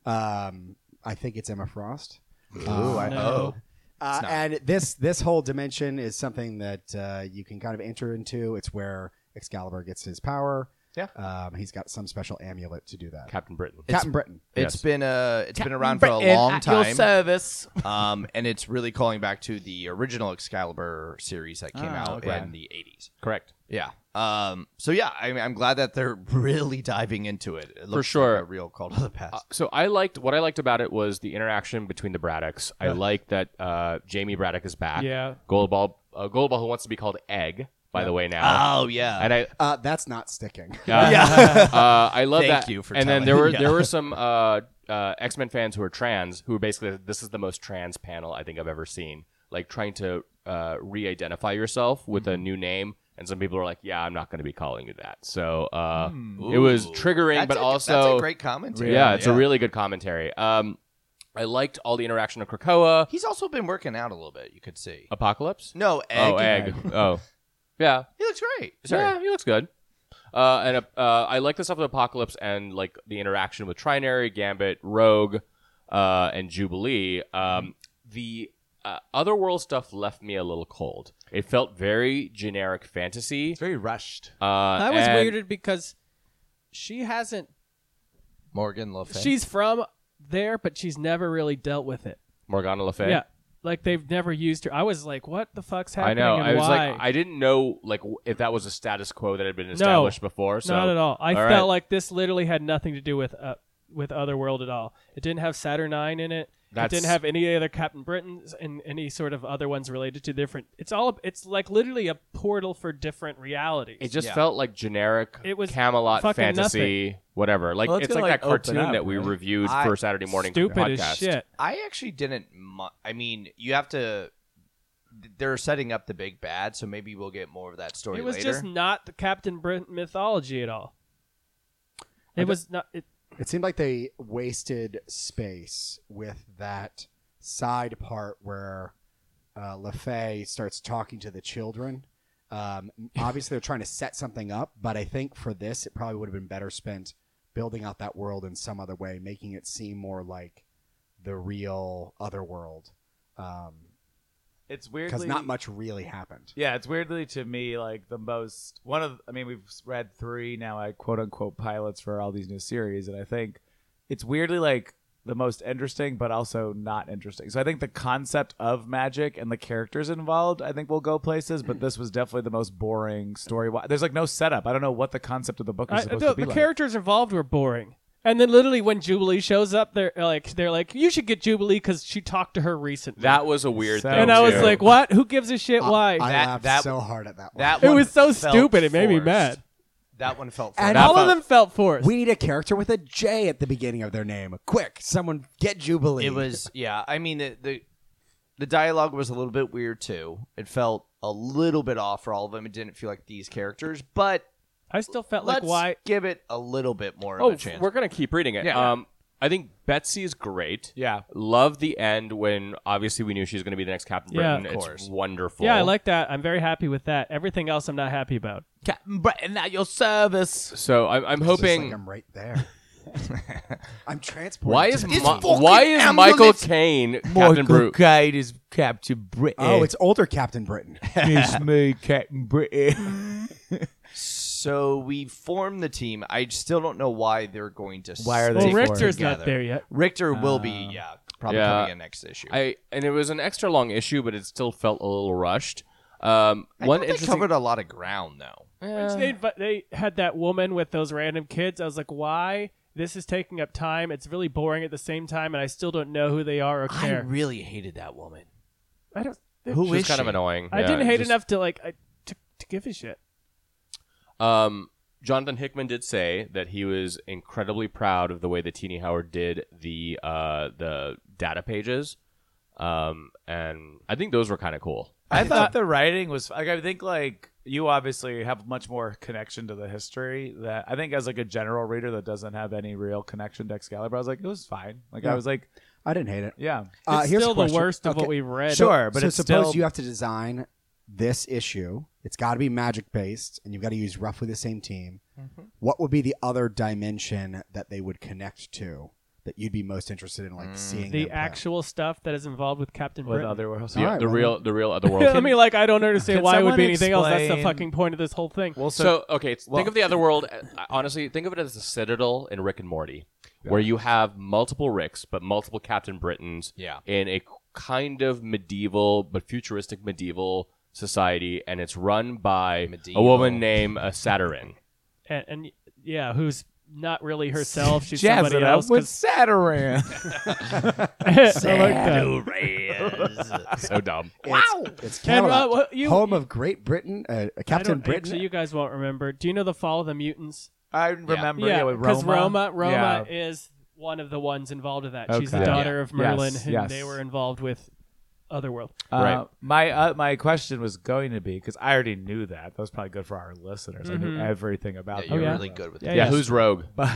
Speaker 6: um, I think it's Emma Frost.
Speaker 2: Ooh, I
Speaker 4: No.
Speaker 6: Uh,
Speaker 2: It's not.
Speaker 6: and this this whole dimension is something that uh, you can kind of enter into. It's where Excalibur gets his power.
Speaker 2: Yeah.
Speaker 6: um, he's got some special amulet to do that.
Speaker 3: Captain Britain.
Speaker 6: Captain Britain.
Speaker 2: It's
Speaker 3: Yes.
Speaker 2: been uh, it's been around for a long
Speaker 3: *laughs*
Speaker 2: time.
Speaker 5: service.
Speaker 2: um, and it's really calling back to the original Excalibur series that came
Speaker 6: Ah,
Speaker 2: out
Speaker 6: okay.
Speaker 2: in the '80s.
Speaker 3: Correct.
Speaker 2: Yeah. Um. So yeah, I mean, I'm glad that they're *laughs* really diving into it. It looks like
Speaker 3: sure. Uh,
Speaker 2: a real call to the past.
Speaker 3: So I liked what I liked about it was the interaction between the Braddocks. I like that uh, Jamie Braddock is back.
Speaker 4: Yeah.
Speaker 3: Goldball, uh, Goldball, who wants to be called Egg, by the way now.
Speaker 2: oh yeah.
Speaker 3: and I
Speaker 6: Uh, that's not sticking. *laughs*
Speaker 3: yeah. *laughs* uh, I love
Speaker 2: Thank
Speaker 3: that.
Speaker 2: you for
Speaker 3: and then
Speaker 2: telling-
Speaker 3: there were
Speaker 2: yeah. *laughs*
Speaker 3: there were some uh, uh, X Men fans who are trans who were basically this is the most trans panel I think I've ever seen. Like trying to uh, re-identify yourself with a new name, and some people are like, "Yeah, I'm not going to be calling you that." So uh, it was
Speaker 2: Ooh.
Speaker 3: triggering,
Speaker 2: That's
Speaker 3: but
Speaker 2: a-
Speaker 3: also
Speaker 2: that's a great commentary.
Speaker 3: yeah, it's a really good commentary. Um, I liked all the interaction of Krakoa,
Speaker 2: He's also been working out a little bit. You could see.
Speaker 3: Apocalypse.
Speaker 2: No egg.
Speaker 3: Oh, egg. *laughs* oh, yeah.
Speaker 2: He looks great. Sorry.
Speaker 3: Yeah, he looks good. Uh, and uh, uh, I like the stuff with Apocalypse and like the interaction with Trinary, Gambit, Rogue, uh, and Jubilee. Um, the uh, Otherworld stuff left me a little cold. It felt very generic fantasy.
Speaker 5: It's very rushed.
Speaker 3: Uh,
Speaker 4: I was
Speaker 3: and-
Speaker 4: weirded because she hasn't.
Speaker 2: Morgan Le Fay.
Speaker 4: She's from there, but she's never really dealt with it.
Speaker 3: Morgana Le Fay.
Speaker 4: Yeah, like they've never used her. I was like, what the fuck's
Speaker 3: I
Speaker 4: happening?
Speaker 3: know.
Speaker 4: and
Speaker 3: I was
Speaker 4: why?
Speaker 3: like, I didn't know like w- if that was a status quo that had been
Speaker 4: No.
Speaker 3: established before. So
Speaker 4: Not at all. I
Speaker 3: all
Speaker 4: felt
Speaker 3: right.
Speaker 4: like this literally had nothing to do with uh, with Otherworld at all. It didn't have Saturnine in it.
Speaker 3: That's-
Speaker 4: It didn't have any other Captain Britons and any sort of other ones related to different. It's all. It's like literally a portal for different realities.
Speaker 3: It just
Speaker 2: Yeah.
Speaker 3: felt like generic
Speaker 4: It was
Speaker 3: Camelot
Speaker 4: fucking
Speaker 3: fantasy, whatever. Like
Speaker 5: Well, it's
Speaker 3: it's like,
Speaker 5: gonna,
Speaker 3: that
Speaker 5: like, open
Speaker 3: cartoon
Speaker 5: up,
Speaker 3: that we
Speaker 5: right?
Speaker 3: reviewed
Speaker 2: I-
Speaker 3: for Saturday morning
Speaker 4: stupid
Speaker 3: podcast.
Speaker 4: as shit.
Speaker 2: I actually didn't. Mu- I mean, you have to. They're setting up the big bad, so maybe we'll get more of that story
Speaker 4: It was
Speaker 2: later.
Speaker 4: just not the Captain Britain mythology at all. It was not. It,
Speaker 6: It seemed like they wasted space with that side part where uh, LeFay starts talking to the children. Um, obviously, they're trying to set something up, but I think for this, it probably would have been better spent building out that world in some other way, making it seem more like the real other world. Because
Speaker 5: It's weirdly
Speaker 6: not much really happened.
Speaker 5: Yeah, it's weirdly to me like the most one of. I mean, we've read three now, I quote unquote pilots for all these new series, and I think it's weirdly like the most interesting, but also not interesting. So I think the concept of magic and the characters involved, I think, will go places. But this was definitely the most boring story. There's like no setup. I don't know what the concept of the book is
Speaker 4: I,
Speaker 5: supposed
Speaker 4: the,
Speaker 5: to be
Speaker 4: the
Speaker 5: like.
Speaker 4: characters involved were boring. And then literally when Jubilee shows up, they're like, they're like, you should get Jubilee because she talked to her recently.
Speaker 3: That was a weird
Speaker 5: So-
Speaker 3: thing.
Speaker 4: and I was
Speaker 3: too.
Speaker 4: like, what? Who gives a shit? Why?
Speaker 6: I
Speaker 2: That-
Speaker 6: laughed
Speaker 2: that-
Speaker 6: so hard at that one.
Speaker 2: that
Speaker 4: it
Speaker 2: one
Speaker 4: was so
Speaker 2: felt
Speaker 4: stupid. It made me
Speaker 2: forced.
Speaker 4: mad.
Speaker 2: That one felt.
Speaker 6: And
Speaker 4: And
Speaker 2: forced.
Speaker 4: all of them felt forced.
Speaker 6: we need a character with a J at the beginning of their name. Quick, someone get Jubilee.
Speaker 2: It was yeah. I mean the, the the dialogue was a little bit weird too. It felt a little bit off for all of them. It didn't feel like these characters, but
Speaker 4: I still felt
Speaker 2: let's
Speaker 4: like why.
Speaker 2: give it a little bit more of
Speaker 3: oh,
Speaker 2: a chance.
Speaker 3: we're gonna keep reading it.
Speaker 2: Yeah.
Speaker 3: Um, I think Betsy is great.
Speaker 5: Yeah.
Speaker 3: Love the end when obviously we knew she was going to be the next Captain
Speaker 4: Yeah.
Speaker 3: Britain.
Speaker 2: Of course.
Speaker 3: It's wonderful.
Speaker 4: Yeah, I like that. I'm very happy with that. Everything else, I'm not happy about.
Speaker 5: Captain Britain at your service.
Speaker 3: So I'm, I'm
Speaker 6: It's just
Speaker 3: hoping.
Speaker 6: like I'm right there. *laughs* I'm transported.
Speaker 3: why
Speaker 6: to
Speaker 3: is
Speaker 6: the-
Speaker 3: Ma- why is Michael Caine Captain Brute?
Speaker 5: Kite is Captain Britain.
Speaker 6: Oh, it's older Captain Britain.
Speaker 5: it's *laughs* me, Captain Britain.
Speaker 2: so we formed the team. I still don't know why they're going to.
Speaker 5: Why are they Uh,
Speaker 2: stick
Speaker 4: Well,
Speaker 5: Take
Speaker 4: Richter's
Speaker 2: together.
Speaker 4: not there yet.
Speaker 2: Richter will be yeah probably
Speaker 3: Yeah.
Speaker 2: coming in next issue.
Speaker 3: I and it was an extra long issue, but it still felt a little rushed. Um,
Speaker 2: I
Speaker 3: one
Speaker 2: thought they
Speaker 3: interesting.
Speaker 2: covered a lot of ground though.
Speaker 4: They, but they had that woman with those random kids. I was like, why? This is taking up time. It's really boring at the same time, and I still don't know who they are or
Speaker 2: I
Speaker 4: care.
Speaker 2: really hated that woman.
Speaker 4: I don't.
Speaker 2: Who
Speaker 3: She was
Speaker 2: is
Speaker 3: kind
Speaker 2: she?
Speaker 3: of annoying.
Speaker 4: I
Speaker 3: Yeah,
Speaker 4: didn't hate
Speaker 3: just-
Speaker 4: enough to like I, to, to give a shit.
Speaker 3: Um, Jonathan Hickman did say that he was incredibly proud of the way that Teeny Howard did the uh, the data pages, um, and I think those were kind of cool.
Speaker 5: I thought the writing was like I think like you obviously have much more connection to the history that I think as like a general reader that doesn't have any real connection to Excalibur, I was like, it was fine. Like
Speaker 6: Yeah.
Speaker 5: I was like,
Speaker 6: I didn't hate it.
Speaker 5: yeah,
Speaker 6: Uh,
Speaker 4: it's
Speaker 6: here's a
Speaker 4: still the
Speaker 6: question.
Speaker 4: worst of
Speaker 6: Okay.
Speaker 4: what we've read.
Speaker 5: sure, but
Speaker 6: so
Speaker 5: it's
Speaker 6: suppose
Speaker 5: still
Speaker 6: you have to design this issue. It's got to be magic based, and you've got to use roughly the same team.
Speaker 4: Mm-hmm.
Speaker 6: What would be the other dimension that they would connect to that you'd be most interested in, like seeing them
Speaker 4: Mm, The
Speaker 6: play?
Speaker 4: actual stuff that is involved with Captain
Speaker 5: with
Speaker 4: Britain.
Speaker 5: other worlds.
Speaker 3: The,
Speaker 6: All right,
Speaker 3: the
Speaker 6: well,
Speaker 3: real, the real
Speaker 4: *laughs*
Speaker 3: otherworld.
Speaker 4: I mean, like, I don't understand
Speaker 5: Can
Speaker 4: why it would be
Speaker 5: someone
Speaker 4: anything else. That's the
Speaker 5: explain-
Speaker 4: fucking point of this whole thing.
Speaker 5: Well, so,
Speaker 3: So okay, it's, think of the other world. uh, Honestly, think of it as the Citadel in Rick and Morty, where you have multiple Ricks but multiple Captain Britons.
Speaker 2: Yeah.
Speaker 3: In a kind of medieval but futuristic medieval society, and it's run by
Speaker 2: Medieval.
Speaker 3: a woman named uh, Saturn.
Speaker 4: And, and yeah, who's not really herself. She's
Speaker 5: jazz
Speaker 4: somebody
Speaker 5: it up
Speaker 4: else.
Speaker 5: with
Speaker 4: 'cause-
Speaker 5: Satiran.
Speaker 4: *laughs* I like that.
Speaker 2: *laughs*
Speaker 3: so dumb.
Speaker 6: Wow, it's, it's
Speaker 4: And, uh,
Speaker 6: Camelot,
Speaker 4: what- you-
Speaker 6: home of Great Britain, uh, uh,
Speaker 4: I
Speaker 6: Captain
Speaker 4: don't-
Speaker 6: Britain.
Speaker 4: Actually, you guys won't remember. Do you know the Fall of the Mutants?
Speaker 5: *laughs* I remember yeah,
Speaker 4: yeah,
Speaker 5: with
Speaker 4: because
Speaker 5: Roma.
Speaker 4: Roma, Roma
Speaker 5: Yeah.
Speaker 4: is one of the ones involved with that. She's
Speaker 5: Okay.
Speaker 4: the
Speaker 5: Yeah.
Speaker 4: daughter of Merlin,
Speaker 5: Yes,
Speaker 4: who
Speaker 5: yes.
Speaker 4: they were involved with Otherworld.
Speaker 5: Uh,
Speaker 3: Right.
Speaker 5: My uh, my question was going to be because I already knew that. That was probably good for our listeners. I knew
Speaker 4: Mhm.
Speaker 5: everything about.
Speaker 2: you're
Speaker 4: Oh, yeah.
Speaker 5: that.
Speaker 2: really good with
Speaker 4: Yeah,
Speaker 2: that.
Speaker 3: Yeah,
Speaker 4: Yes.
Speaker 3: who's Rogue?
Speaker 5: But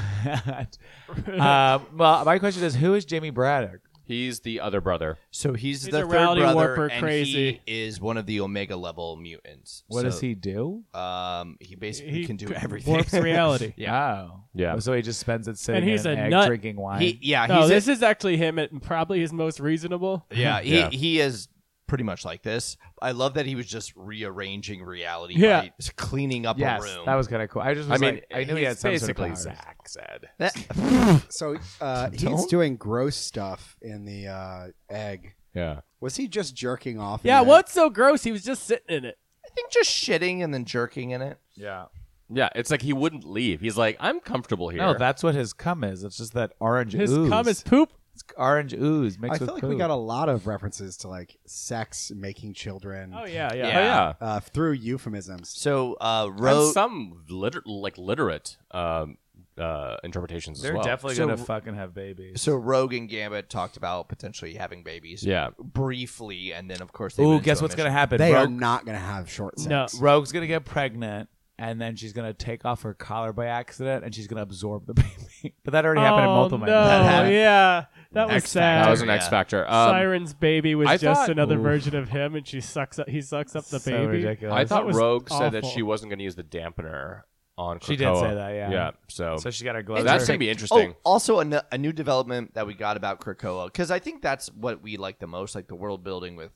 Speaker 5: uh, well, my question is, who is Jamie Braddock?
Speaker 3: He's the other brother.
Speaker 2: So he's,
Speaker 4: He's
Speaker 2: the
Speaker 4: a
Speaker 2: third
Speaker 4: rowdy
Speaker 2: brother,
Speaker 4: warper,
Speaker 2: and
Speaker 4: crazy.
Speaker 2: he is one of the Omega level mutants.
Speaker 5: What
Speaker 2: so,
Speaker 5: does he do?
Speaker 2: Um, he basically can do everything. *laughs*
Speaker 4: Warps reality.
Speaker 5: Yeah.
Speaker 3: Yeah.
Speaker 5: So he just spends it sitting
Speaker 4: And he's
Speaker 5: in an
Speaker 4: a
Speaker 5: egg
Speaker 4: nut.
Speaker 5: drinking wine.
Speaker 2: He, yeah,
Speaker 4: No,
Speaker 2: he's
Speaker 4: Oh, this is actually him at probably his most reasonable.
Speaker 2: yeah, he,
Speaker 3: Yeah.
Speaker 2: he is pretty much like this. I love that he was just rearranging reality
Speaker 4: Yeah.
Speaker 2: by cleaning up
Speaker 5: yes,
Speaker 2: a room.
Speaker 5: that was kind of cool. I just
Speaker 3: I
Speaker 5: was
Speaker 3: mean,
Speaker 5: like, I knew he
Speaker 3: he's
Speaker 5: had some sort of
Speaker 3: basically
Speaker 5: powers.
Speaker 3: Zack said.
Speaker 2: Eh,
Speaker 6: so
Speaker 4: *laughs*
Speaker 6: uh, he's doing gross stuff in the uh, egg.
Speaker 3: Yeah.
Speaker 6: Was he just jerking off? in
Speaker 4: Yeah,
Speaker 6: the egg?
Speaker 4: what's so gross? He was just sitting in it.
Speaker 2: I think just shitting and then jerking in it.
Speaker 5: Yeah.
Speaker 3: Yeah, it's like he wouldn't leave. He's like, I'm comfortable here.
Speaker 5: No, that's what his cum is. It's just that orange
Speaker 4: His
Speaker 5: ooze.
Speaker 4: cum is poop.
Speaker 5: It's orange ooze mixed
Speaker 6: I feel
Speaker 5: with
Speaker 6: like
Speaker 5: poop.
Speaker 6: we got a lot of references to like sex, making children
Speaker 4: Oh yeah,
Speaker 3: Oh,
Speaker 4: yeah.
Speaker 2: Yeah.
Speaker 3: yeah.
Speaker 6: uh, through euphemisms.
Speaker 2: So uh,
Speaker 3: And
Speaker 2: Rogue.
Speaker 3: some liter- like literate um, uh, interpretations
Speaker 5: They're
Speaker 3: as well.
Speaker 5: definitely
Speaker 2: So-
Speaker 5: gonna fucking have babies.
Speaker 2: so Rogue and Gambit talked about potentially having babies.
Speaker 3: Yeah.
Speaker 2: Briefly, and then of course. They
Speaker 5: Ooh,
Speaker 2: went
Speaker 5: guess
Speaker 2: into a
Speaker 5: what's
Speaker 2: mission.
Speaker 5: gonna happen?
Speaker 6: They are
Speaker 5: Rogue,
Speaker 6: not going to have short sex.
Speaker 4: No.
Speaker 5: Rogue's gonna get pregnant, and then she's gonna take off her collar by accident, and she's gonna absorb the *laughs* baby. but that already happened in
Speaker 4: Oh,
Speaker 5: multiple.
Speaker 4: no,
Speaker 5: That
Speaker 2: happened.
Speaker 4: yeah, that was
Speaker 2: X
Speaker 4: sad.
Speaker 3: That was an
Speaker 2: Yeah.
Speaker 3: X factor. Um,
Speaker 4: Siren's baby was
Speaker 3: I
Speaker 4: just
Speaker 3: thought-
Speaker 4: another
Speaker 5: Oof.
Speaker 4: version of him, and she sucks up. He sucks up the
Speaker 5: so
Speaker 4: baby.
Speaker 5: ridiculous.
Speaker 3: I thought
Speaker 4: was
Speaker 3: Rogue said that
Speaker 4: awful.
Speaker 3: she wasn't going to use the dampener on.
Speaker 5: She did
Speaker 3: Krakoa.
Speaker 5: say that, yeah.
Speaker 3: Yeah. So,
Speaker 5: so. She got her
Speaker 3: Well,
Speaker 5: gloves.
Speaker 3: that's
Speaker 5: hurt.
Speaker 3: going to be interesting.
Speaker 2: Oh, also a, n- a new development that we got about Krakoa because I think that's what we like the most, like the world building with,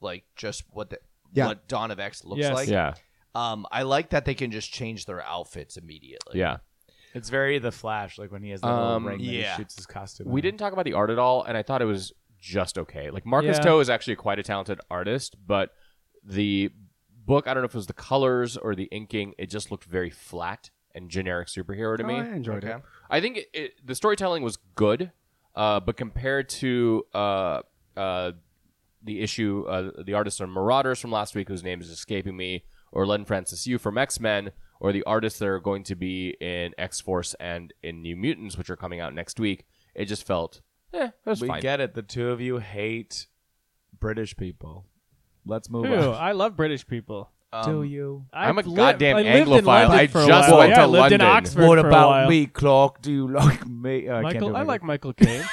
Speaker 2: like just what the
Speaker 6: Yeah.
Speaker 2: what Dawn of X looks
Speaker 4: Yes.
Speaker 2: like.
Speaker 3: yeah.
Speaker 2: Um, I like that they can just change their outfits immediately.
Speaker 3: Yeah.
Speaker 5: It's very the Flash, like when he has the
Speaker 3: Um,
Speaker 5: little ring that
Speaker 2: yeah.
Speaker 5: he shoots his costume.
Speaker 3: We
Speaker 5: in.
Speaker 3: didn't talk about the art at all, and I thought it was just okay. Like Marcus
Speaker 4: Yeah.
Speaker 3: Toe is actually quite a talented artist, but the book, I don't know if it was the colors or the inking, it just looked very flat and generic superhero to
Speaker 6: Oh,
Speaker 3: me.
Speaker 6: I enjoyed it.
Speaker 3: I think it, it, the storytelling was good, uh, but compared to uh, uh, the issue, uh, the artist on Marauders from last week, whose name is escaping me, or Len Francis Yu from X Men, or the artists that are going to be in X Force and in New Mutants, which are coming out next week, it just felt, eh, it was
Speaker 5: We
Speaker 3: fine.
Speaker 5: get it. The two of you hate British people. Let's move
Speaker 4: Ew,
Speaker 5: on.
Speaker 4: I love British people.
Speaker 2: Um,
Speaker 5: Do you?
Speaker 4: I
Speaker 3: I'm a
Speaker 4: li-
Speaker 3: goddamn
Speaker 4: I lived in
Speaker 3: Anglophile.
Speaker 4: London
Speaker 3: I
Speaker 4: for a
Speaker 3: just
Speaker 4: while.
Speaker 3: went
Speaker 4: Yeah,
Speaker 3: to
Speaker 4: I lived
Speaker 3: London.
Speaker 4: in Oxford
Speaker 5: what
Speaker 4: for a
Speaker 5: about
Speaker 4: while.
Speaker 5: me, Clark? Do you like me? Oh, I can't do
Speaker 4: Michael,
Speaker 5: it
Speaker 4: I
Speaker 5: again.
Speaker 4: like Michael Caine.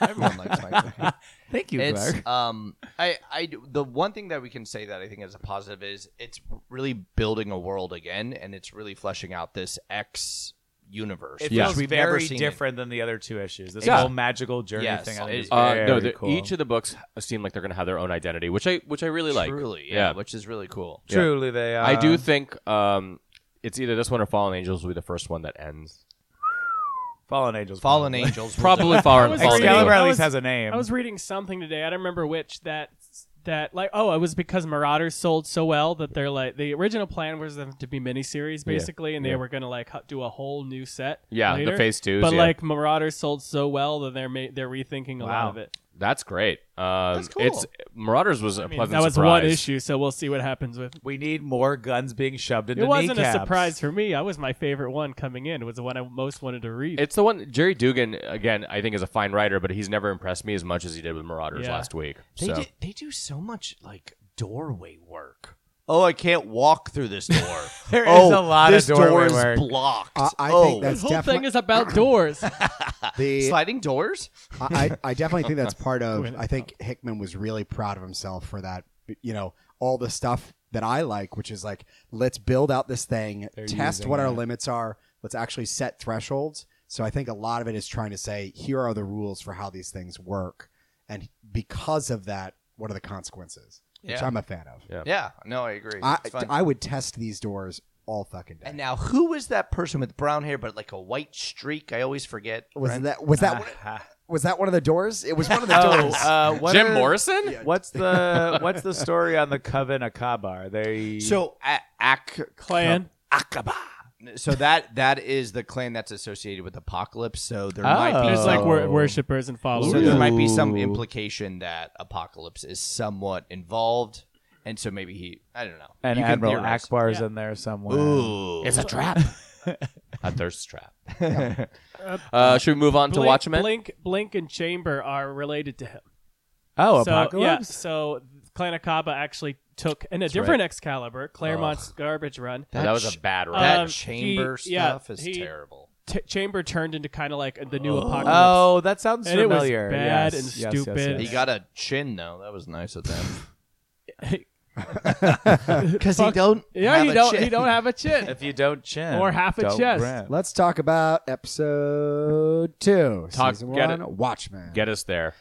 Speaker 2: Everyone likes Michael. Caine.
Speaker 5: Thank *laughs* you, Clark.
Speaker 2: It's um, I, I, do- the one thing that we can say that I think is a positive is it's really building a world again, and it's really fleshing out this X universe.
Speaker 5: It
Speaker 2: which
Speaker 5: feels
Speaker 2: we've never
Speaker 5: very
Speaker 2: seen in-
Speaker 5: different than the other two issues. This
Speaker 3: Yeah.
Speaker 5: whole magical journey
Speaker 2: Yes,
Speaker 5: thing. I think
Speaker 2: it-
Speaker 5: is
Speaker 3: Uh,
Speaker 5: very
Speaker 3: no, the,
Speaker 5: cool.
Speaker 3: each of the books seem like they're going to have their own identity, which I which I really like.
Speaker 2: Truly, yeah,
Speaker 3: Yeah.
Speaker 2: which is really cool.
Speaker 3: yeah.
Speaker 5: truly they uh, are.
Speaker 3: I do think um, it's either this one or Fallen Angels will be the first one that ends.
Speaker 5: Fallen Angels.
Speaker 2: Fallen
Speaker 5: probably.
Speaker 3: *laughs*
Speaker 2: Angels,
Speaker 3: Probably
Speaker 4: I
Speaker 3: Fallen,
Speaker 4: was
Speaker 3: Fallen
Speaker 4: reading-
Speaker 5: Excalibur
Speaker 3: Angels.
Speaker 5: at
Speaker 4: I
Speaker 5: least
Speaker 4: was-
Speaker 5: has a name.
Speaker 4: I was reading something today. I don't remember which that that like oh, it was because Marauders sold so well that they're like the original plan was them to be miniseries basically, and they
Speaker 3: yeah.
Speaker 4: were gonna like hu- do a whole new set.
Speaker 3: Yeah, the
Speaker 4: later.
Speaker 3: phase twos.
Speaker 4: But
Speaker 3: yeah.
Speaker 4: like Marauders sold so well that they're ma- they're rethinking a lot
Speaker 5: Wow.
Speaker 4: of it.
Speaker 3: That's great. Um,
Speaker 2: That's cool.
Speaker 3: It's Marauders was a
Speaker 4: I mean,
Speaker 3: pleasant
Speaker 4: that was
Speaker 3: surprise.
Speaker 4: one issue, so we'll see what happens with.
Speaker 5: we need more guns being shoved into
Speaker 4: It wasn't a
Speaker 5: kneecaps.
Speaker 4: surprise for me. I was my favorite one coming in. It was the one I most wanted to read.
Speaker 3: It's the one Jerry Dugan again. I think is a fine writer, but he's never impressed me as much as he did with Marauders
Speaker 4: Yeah.
Speaker 3: last week.
Speaker 2: They
Speaker 3: so
Speaker 2: do, they do so much like doorway work. Oh, I can't walk through
Speaker 6: *laughs*
Speaker 2: this door.
Speaker 5: *laughs* There is a
Speaker 2: oh,
Speaker 5: lot of
Speaker 2: this door
Speaker 5: doorway
Speaker 2: is
Speaker 5: work.
Speaker 4: *laughs*
Speaker 2: blocked.
Speaker 6: I- I
Speaker 2: oh,
Speaker 6: think
Speaker 4: This
Speaker 6: that's
Speaker 4: whole
Speaker 6: definitely-
Speaker 4: thing is about
Speaker 2: *coughs*
Speaker 4: doors.
Speaker 6: The
Speaker 2: sliding doors.
Speaker 6: I, I I definitely think
Speaker 5: *laughs*
Speaker 6: that's part of. I think Hickman was really proud of himself for that. You know, all the stuff that I like, which is like, let's build out this thing,
Speaker 5: They're
Speaker 6: test
Speaker 5: using
Speaker 6: what our
Speaker 5: that.
Speaker 6: limits are. Let's actually set thresholds. So I think a lot of it is trying to say, here are the rules for how these things work, and because of that, what are the consequences? Which
Speaker 2: Yeah.
Speaker 6: I'm a fan of.
Speaker 2: Yeah, no, I agree.
Speaker 6: I
Speaker 2: It's fun.
Speaker 6: I would test these doors all fucking day.
Speaker 2: and now, who was that person with brown hair but like a white streak? I always forget.
Speaker 6: was
Speaker 2: Brent?
Speaker 6: that was
Speaker 3: *laughs*
Speaker 6: that was that one of the doors? It was one of the
Speaker 5: Oh,
Speaker 6: doors.
Speaker 5: uh, what
Speaker 3: Jim
Speaker 5: are-
Speaker 3: Morrison?
Speaker 5: What's *laughs* the what's the story on the Coven Akaba? Are they
Speaker 2: So, a- Ak
Speaker 4: Clan.
Speaker 2: Akaba. So that that is the clan that's associated with Apocalypse. So there might be
Speaker 5: Oh.
Speaker 4: There's
Speaker 2: some-
Speaker 4: like wor-
Speaker 5: Oh.
Speaker 4: worshippers and followers.
Speaker 2: So there might be some
Speaker 5: Ooh.
Speaker 2: implication that Apocalypse is somewhat involved, and so maybe he. I don't know.
Speaker 5: and
Speaker 2: You can
Speaker 5: Admiral
Speaker 2: theorize.
Speaker 5: Akbar's in there somewhere?
Speaker 2: Ooh, it's a trap.
Speaker 3: A thirst
Speaker 2: *laughs*
Speaker 3: trap. uh, should we move on to
Speaker 4: Blink-
Speaker 3: Watchmen?
Speaker 4: Blink, Blink, and Chamber are related to him.
Speaker 5: Oh,
Speaker 4: so, Yeah,
Speaker 5: Apocalypse.
Speaker 4: so Clan Akaba actually took in a different Excalibur, Claremont's garbage run.
Speaker 3: That, was a bad run.
Speaker 2: That
Speaker 4: Um,
Speaker 2: chamber
Speaker 4: he- yeah,
Speaker 2: stuff is
Speaker 4: he-
Speaker 2: terrible.
Speaker 4: T- Chamber turned into kind of like the new apocalypse.
Speaker 2: *laughs*
Speaker 5: Oh, that sounds
Speaker 4: And it was
Speaker 5: familiar.
Speaker 4: bad
Speaker 5: Yes,
Speaker 4: and
Speaker 5: yes, yes,
Speaker 4: stupid.
Speaker 2: He
Speaker 5: yes.
Speaker 2: got a chin though. That was nice of *laughs* them.
Speaker 4: because
Speaker 2: he don't
Speaker 4: *laughs* Yeah,
Speaker 2: have
Speaker 4: he
Speaker 2: a
Speaker 4: don't.
Speaker 2: chin.
Speaker 4: He
Speaker 2: *laughs*
Speaker 4: don't have a chin.
Speaker 5: If you don't chin
Speaker 4: Or half a
Speaker 5: don't
Speaker 4: chest.
Speaker 5: rip.
Speaker 6: Let's talk about episode two,
Speaker 3: Talk-
Speaker 6: season
Speaker 3: get
Speaker 6: one, Watchmen.
Speaker 3: Get us there.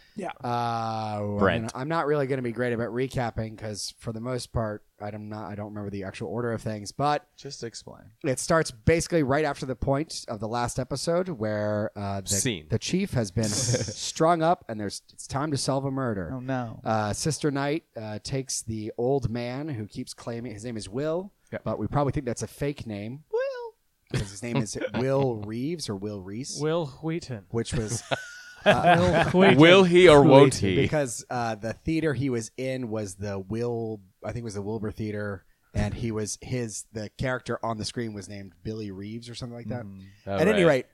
Speaker 6: uh, I'm
Speaker 3: Brent.
Speaker 6: gonna- I'm not really going to be great about recapping because, for the most part, I'm not. I don't remember the actual order of things, but
Speaker 5: Just explain.
Speaker 6: it starts basically right after the point of the last episode where uh, the,
Speaker 3: Scene.
Speaker 6: the chief has been strung up, and there's it's time to solve a murder.
Speaker 5: Oh no.
Speaker 6: Uh, Sister Knight uh, takes the old man who keeps claiming his name is Will,
Speaker 5: Yep.
Speaker 6: but we probably think that's a fake name. Will. Because his name is Will Reeves or Will Reese,
Speaker 4: Will Wheaton.
Speaker 6: which was uh,
Speaker 4: Wait,
Speaker 3: Will he or won't he?
Speaker 6: because uh, the theater he was in was the Will, I think it was the Wilbur Theater, and he was his the character on the screen was named Billy Reeves or something like that.
Speaker 3: All
Speaker 6: At any
Speaker 3: right.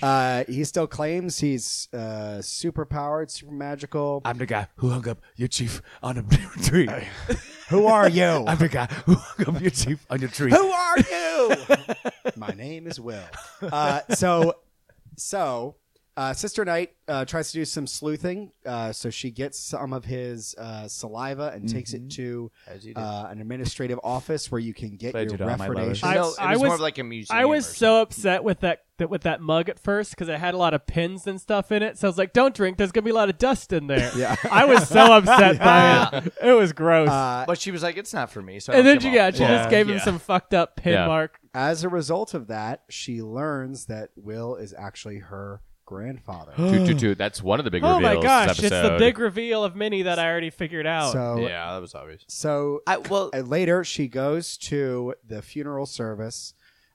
Speaker 6: rate, uh, he still claims he's uh, super powered, super magical.
Speaker 5: I'm the guy who hung up your chief on a *laughs* tree.
Speaker 6: Who are *laughs* you?
Speaker 5: I'm the guy who hung up your chief on your *laughs* tree.
Speaker 6: Who are you? *laughs* My name is Will. Uh, so, so uh, Sister Knight uh, tries to do some sleuthing. Uh, so she gets some of his uh, saliva and takes it to
Speaker 2: As you do.
Speaker 6: uh, an administrative office where you can get
Speaker 5: Glad
Speaker 6: your
Speaker 5: you don't mind my
Speaker 6: referendation.
Speaker 4: I-
Speaker 2: no, it was,
Speaker 4: I
Speaker 2: more
Speaker 4: was-
Speaker 2: of like a museum.
Speaker 4: I
Speaker 2: or
Speaker 4: was so upset with that, that with that mug at first because it had a lot of pins and stuff in it. So I was like, "Don't drink. There's gonna be a lot of dust in
Speaker 2: *laughs*
Speaker 4: there."
Speaker 6: Yeah.
Speaker 4: I was so upset by it. It was gross.
Speaker 6: Uh,
Speaker 2: something. but she was like, "It's not for me." So I
Speaker 4: and
Speaker 2: don't
Speaker 4: then
Speaker 2: give
Speaker 4: she,
Speaker 2: a
Speaker 4: yeah, she
Speaker 2: fuck.
Speaker 4: just gave him
Speaker 2: Yeah.
Speaker 4: some fucked up pin
Speaker 3: Yeah.
Speaker 4: mark.
Speaker 6: as a result of that, she learns that Will is actually her grandfather.
Speaker 3: *gasps* Toot, toot, toot. That's one of the big
Speaker 4: Oh
Speaker 3: reveals
Speaker 4: my gosh,
Speaker 3: this
Speaker 4: it's the
Speaker 3: episode.
Speaker 4: big reveal of Minnie that I already figured out.
Speaker 6: so,
Speaker 2: Yeah, that was obvious.
Speaker 6: so
Speaker 2: I, well,
Speaker 6: uh, later she goes to the funeral service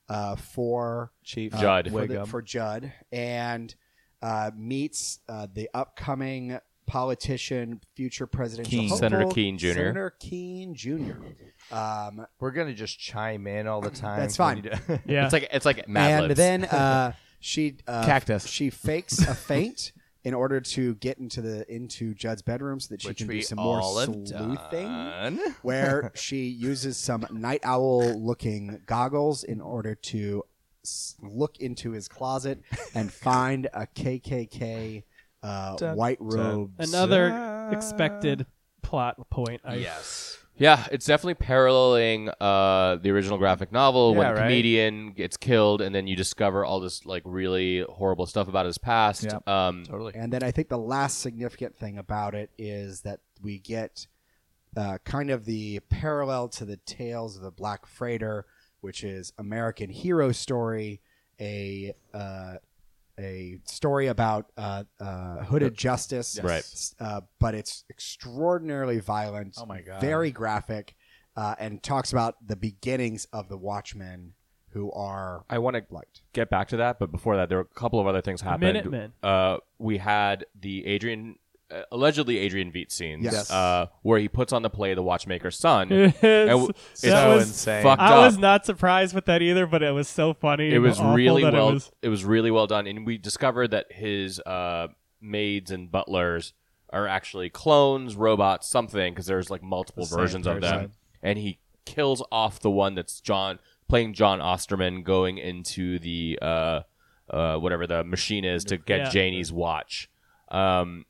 Speaker 6: uh, for
Speaker 5: Chief
Speaker 6: uh,
Speaker 3: Judd.
Speaker 6: for, the-
Speaker 5: Wiggum.
Speaker 6: for Judd and uh, meets uh, the upcoming politician, future presidential
Speaker 5: Keene.
Speaker 6: hopeful,
Speaker 3: Senator Keene Jr..
Speaker 6: Senator Keene Jr. Um,
Speaker 2: we're gonna just chime in all the time.
Speaker 6: That's
Speaker 2: Can
Speaker 6: fine.
Speaker 2: you do-
Speaker 4: yeah,
Speaker 3: It's like it's like Mad
Speaker 6: and
Speaker 3: Libs.
Speaker 6: then
Speaker 2: *laughs*
Speaker 6: uh, she uh,
Speaker 5: Cactus.
Speaker 6: She fakes a faint *laughs* in order to get into the into Judd's bedroom so that she
Speaker 2: Which
Speaker 6: can
Speaker 2: we
Speaker 6: do some more
Speaker 2: all have
Speaker 6: sleuthing.
Speaker 2: done. *laughs*
Speaker 6: where she uses some night owl looking goggles in order to s- look into his closet and
Speaker 2: *laughs*
Speaker 6: find a KKK uh,
Speaker 5: Dun,
Speaker 6: white robe.
Speaker 4: another expected plot point. I,
Speaker 2: Yes.
Speaker 3: Yeah, it's definitely paralleling uh, the original graphic novel when
Speaker 5: Yeah,
Speaker 3: the
Speaker 5: right.
Speaker 3: comedian gets killed and then you discover all this like really horrible stuff about his past.
Speaker 5: Yeah.
Speaker 3: Um,
Speaker 2: Totally.
Speaker 6: And then I think the last significant thing about it is that we get uh, kind of the parallel to the tales of the Black Freighter, which is American hero story, a uh, a story about uh, uh, hooded justice,
Speaker 3: Right.
Speaker 6: s- Uh, but it's extraordinarily violent.
Speaker 5: Oh my God.
Speaker 6: Very graphic, uh, and talks about the beginnings of the Watchmen, who are
Speaker 3: I want to
Speaker 6: liked.
Speaker 3: get back to that, but before that, there were a couple of other things happened.
Speaker 4: Minutemen.
Speaker 3: Uh, we had the Adrian, uh, allegedly Adrian Veet scenes,
Speaker 6: Yes.
Speaker 3: uh, where he puts on the play The Watchmaker's Son.
Speaker 4: *laughs* Yes.
Speaker 3: And w- it's
Speaker 4: That So was
Speaker 5: insane.
Speaker 3: Fucked
Speaker 4: I
Speaker 3: up.
Speaker 4: was not surprised with that either, but it was so funny.
Speaker 3: it
Speaker 4: and
Speaker 3: was
Speaker 4: awful
Speaker 3: really
Speaker 4: that
Speaker 3: well.
Speaker 4: It was,
Speaker 3: really well done, and we discovered that his uh, maids and butlers are actually clones, robots, something, because there's like multiple
Speaker 5: The same
Speaker 3: versions of them,
Speaker 5: person.
Speaker 3: and he kills off the one that's John playing John Osterman going into the uh, uh, whatever the machine is to get
Speaker 4: Yeah.
Speaker 3: Janie's watch, um,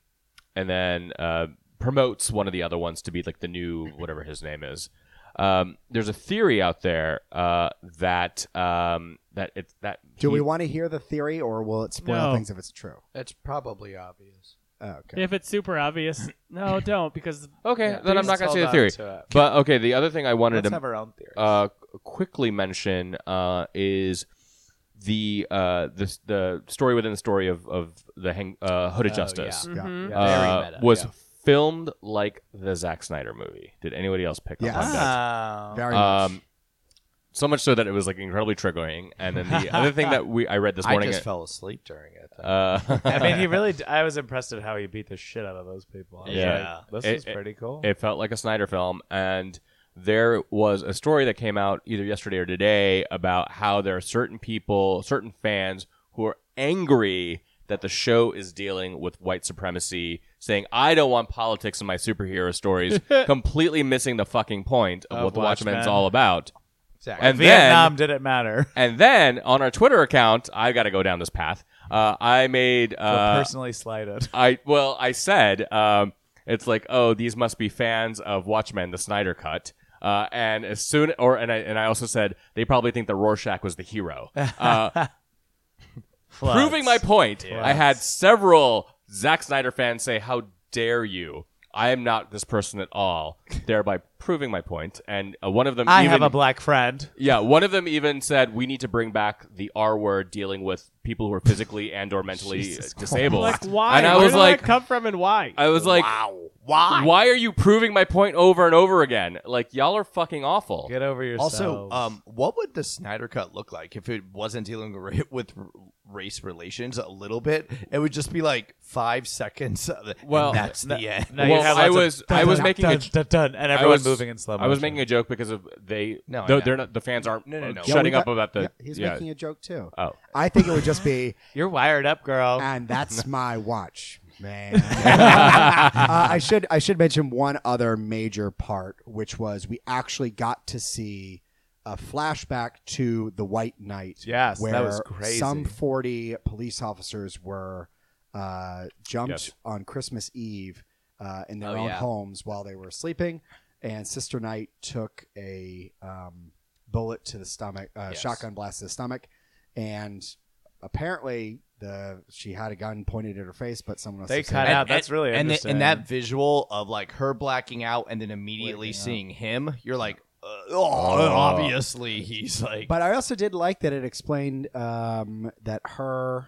Speaker 3: and then uh, promotes one of the other ones to be like the new whatever his name is. Um, there's a theory out there uh, that um, that it's that
Speaker 6: Do we
Speaker 3: he-
Speaker 6: want to hear the theory, or will it spoil
Speaker 4: No.
Speaker 6: things if it's true?
Speaker 2: That's probably obvious.
Speaker 6: Oh, okay.
Speaker 4: If it's super obvious,
Speaker 3: *laughs*
Speaker 4: no, don't because
Speaker 3: Okay,
Speaker 5: Yeah,
Speaker 3: then I'm
Speaker 5: please
Speaker 3: not gonna
Speaker 5: hold
Speaker 3: say the
Speaker 5: on
Speaker 3: theory.
Speaker 5: to it.
Speaker 3: But okay, the other thing I wanted
Speaker 5: Let's
Speaker 3: to
Speaker 5: have our own theory.
Speaker 3: uh, quickly mention uh, is the uh, the the story within the story of of the hang, uh, Hood of
Speaker 5: Oh,
Speaker 3: Justice
Speaker 6: Yeah.
Speaker 4: Mhm.
Speaker 5: Yeah.
Speaker 3: uh,
Speaker 5: Very meta,
Speaker 3: was
Speaker 5: yeah.
Speaker 3: filmed like the Zack Snyder movie. Did anybody else pick
Speaker 6: Yes.
Speaker 3: up on that?
Speaker 5: Oh.
Speaker 6: Very
Speaker 3: Um, so much so that it was like incredibly triggering. And then the other thing that we I read this
Speaker 2: *laughs* I
Speaker 3: morning.
Speaker 2: just fell asleep during it. though.
Speaker 3: uh,
Speaker 5: *laughs* I mean, he really. I was impressed at how he beat the shit out of those people. I was
Speaker 3: Yeah.
Speaker 5: like, this
Speaker 3: It-
Speaker 5: is
Speaker 3: it-
Speaker 5: pretty cool.
Speaker 3: *laughs* It felt like a Snyder film, and there was a story that came out either yesterday or today about how there are certain people, certain fans who are angry that the show is dealing with white supremacy, saying I don't want politics in my superhero stories, completely missing the fucking point of,
Speaker 5: Of
Speaker 3: what the Watchmen is
Speaker 5: Watchmen.
Speaker 3: all about.
Speaker 2: Exactly.
Speaker 3: And then,
Speaker 5: Vietnam didn't matter. *laughs*
Speaker 3: and then on our Twitter account, I got to go down this path. Uh, I made
Speaker 5: We're
Speaker 3: uh,
Speaker 5: personally slighted.
Speaker 3: I well, I said um, it's like, oh, these must be fans of Watchmen, the Snyder Cut. Uh, and as soon, or and I and I also said they probably think that Rorschach was
Speaker 5: *laughs*
Speaker 3: the hero, uh, proving my point. I had several Zack Snyder fans say, "How dare you? I am not this person at all," thereby proving my point. And uh, one of them,
Speaker 5: I
Speaker 3: even,
Speaker 5: have a black friend.
Speaker 3: yeah, one of them even said we need to bring back the R word dealing with people who are physically and or mentally disabled.
Speaker 4: like why?
Speaker 3: And I
Speaker 4: Where
Speaker 3: was
Speaker 4: did
Speaker 3: like,
Speaker 4: that come from and why?
Speaker 3: I was like, Why? are you proving my point over and over again? Like y'all are fucking awful.
Speaker 5: Get over yourself.
Speaker 2: Also, um, what would the Snyder Cut look like if it wasn't dealing ra- with r- race relations a little bit? It would just be like five seconds. Of it, and
Speaker 3: Well,
Speaker 2: that's the end.
Speaker 5: no,
Speaker 3: well,
Speaker 5: you have
Speaker 3: I
Speaker 5: lots of
Speaker 3: was- I was making a-
Speaker 5: dun, dun, dun, and
Speaker 3: I
Speaker 5: everyone
Speaker 3: was
Speaker 5: moving in slow motion.
Speaker 3: I was making a joke because of they.
Speaker 2: No,
Speaker 3: No,
Speaker 2: I know.
Speaker 3: they're not. The fans aren't
Speaker 2: No, no,
Speaker 3: uh,
Speaker 2: no.
Speaker 3: shutting
Speaker 6: Yeah, we
Speaker 3: up
Speaker 6: got-
Speaker 3: about the.
Speaker 6: yeah, he's
Speaker 3: yeah.
Speaker 6: making a joke too.
Speaker 3: Oh.
Speaker 6: I think it would just
Speaker 3: *laughs*
Speaker 6: be,
Speaker 5: You're wired up, girl.
Speaker 6: and that's my watch,
Speaker 3: *laughs*
Speaker 6: man. uh, I should I should mention one other major part, which was we actually got to see a flashback to the White Knight.
Speaker 5: Yes,
Speaker 6: where
Speaker 5: that was crazy.
Speaker 6: Some forty police officers were uh, jumped
Speaker 3: Yes.
Speaker 6: on Christmas Eve uh, in their
Speaker 2: Oh,
Speaker 6: own
Speaker 2: yeah.
Speaker 6: homes while they were sleeping, and Sister Knight took a um, bullet to the stomach, uh,
Speaker 2: Yes.
Speaker 6: shotgun blast to the stomach, and apparently the she had a gun pointed at her face, but someone else
Speaker 5: They
Speaker 6: had said-
Speaker 5: cut
Speaker 2: And-
Speaker 5: out. That's
Speaker 2: and-
Speaker 5: really
Speaker 2: and, the-
Speaker 5: interesting.
Speaker 2: and that visual of like her blacking out and then immediately seeing him, you're like, uh, oh, obviously he's like,
Speaker 6: But I also did like that it explained um, that her,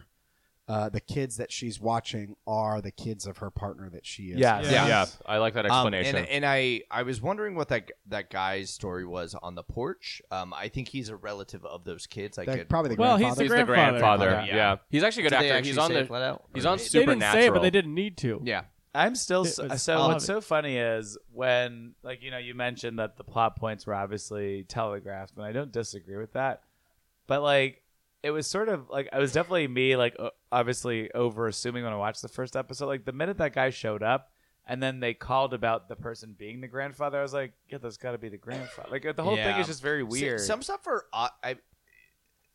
Speaker 6: uh, the kids that she's watching are the kids of her partner that she is.
Speaker 5: Yes.
Speaker 3: Yeah.
Speaker 5: Yeah.
Speaker 3: I like that
Speaker 2: Um,
Speaker 3: explanation.
Speaker 2: and and I, I was wondering what that that guy's story was on the porch. Um, I think he's a relative of those kids. I
Speaker 6: They're
Speaker 2: could
Speaker 6: probably the
Speaker 4: Well,
Speaker 6: grandfather.
Speaker 3: he's the grandfather.
Speaker 2: grandfather,
Speaker 3: Yeah.
Speaker 2: yeah.
Speaker 3: he's actually a good
Speaker 2: Did they
Speaker 3: actor.
Speaker 2: actually
Speaker 3: He's on
Speaker 2: say it
Speaker 3: the.
Speaker 2: flat out?
Speaker 3: He's on
Speaker 4: they didn't
Speaker 3: Supernatural.
Speaker 4: say it, but they didn't need to.
Speaker 2: Yeah,
Speaker 5: I'm still
Speaker 4: It was
Speaker 5: s so.
Speaker 4: all
Speaker 5: What's
Speaker 4: of
Speaker 5: so
Speaker 4: it.
Speaker 5: funny is when, like, you know, you mentioned that the plot points were obviously telegraphed, and I don't disagree with that. But like, it was sort of like I was definitely me, like, o- obviously over assuming when I watched the first episode. Like, the minute that guy showed up, and then they called about the person being the grandfather, I was like, yeah, that's got to be the grandfather. Like, the whole
Speaker 2: Yeah.
Speaker 5: thing is just very
Speaker 2: See,
Speaker 5: weird.
Speaker 2: some stuff are, uh, I,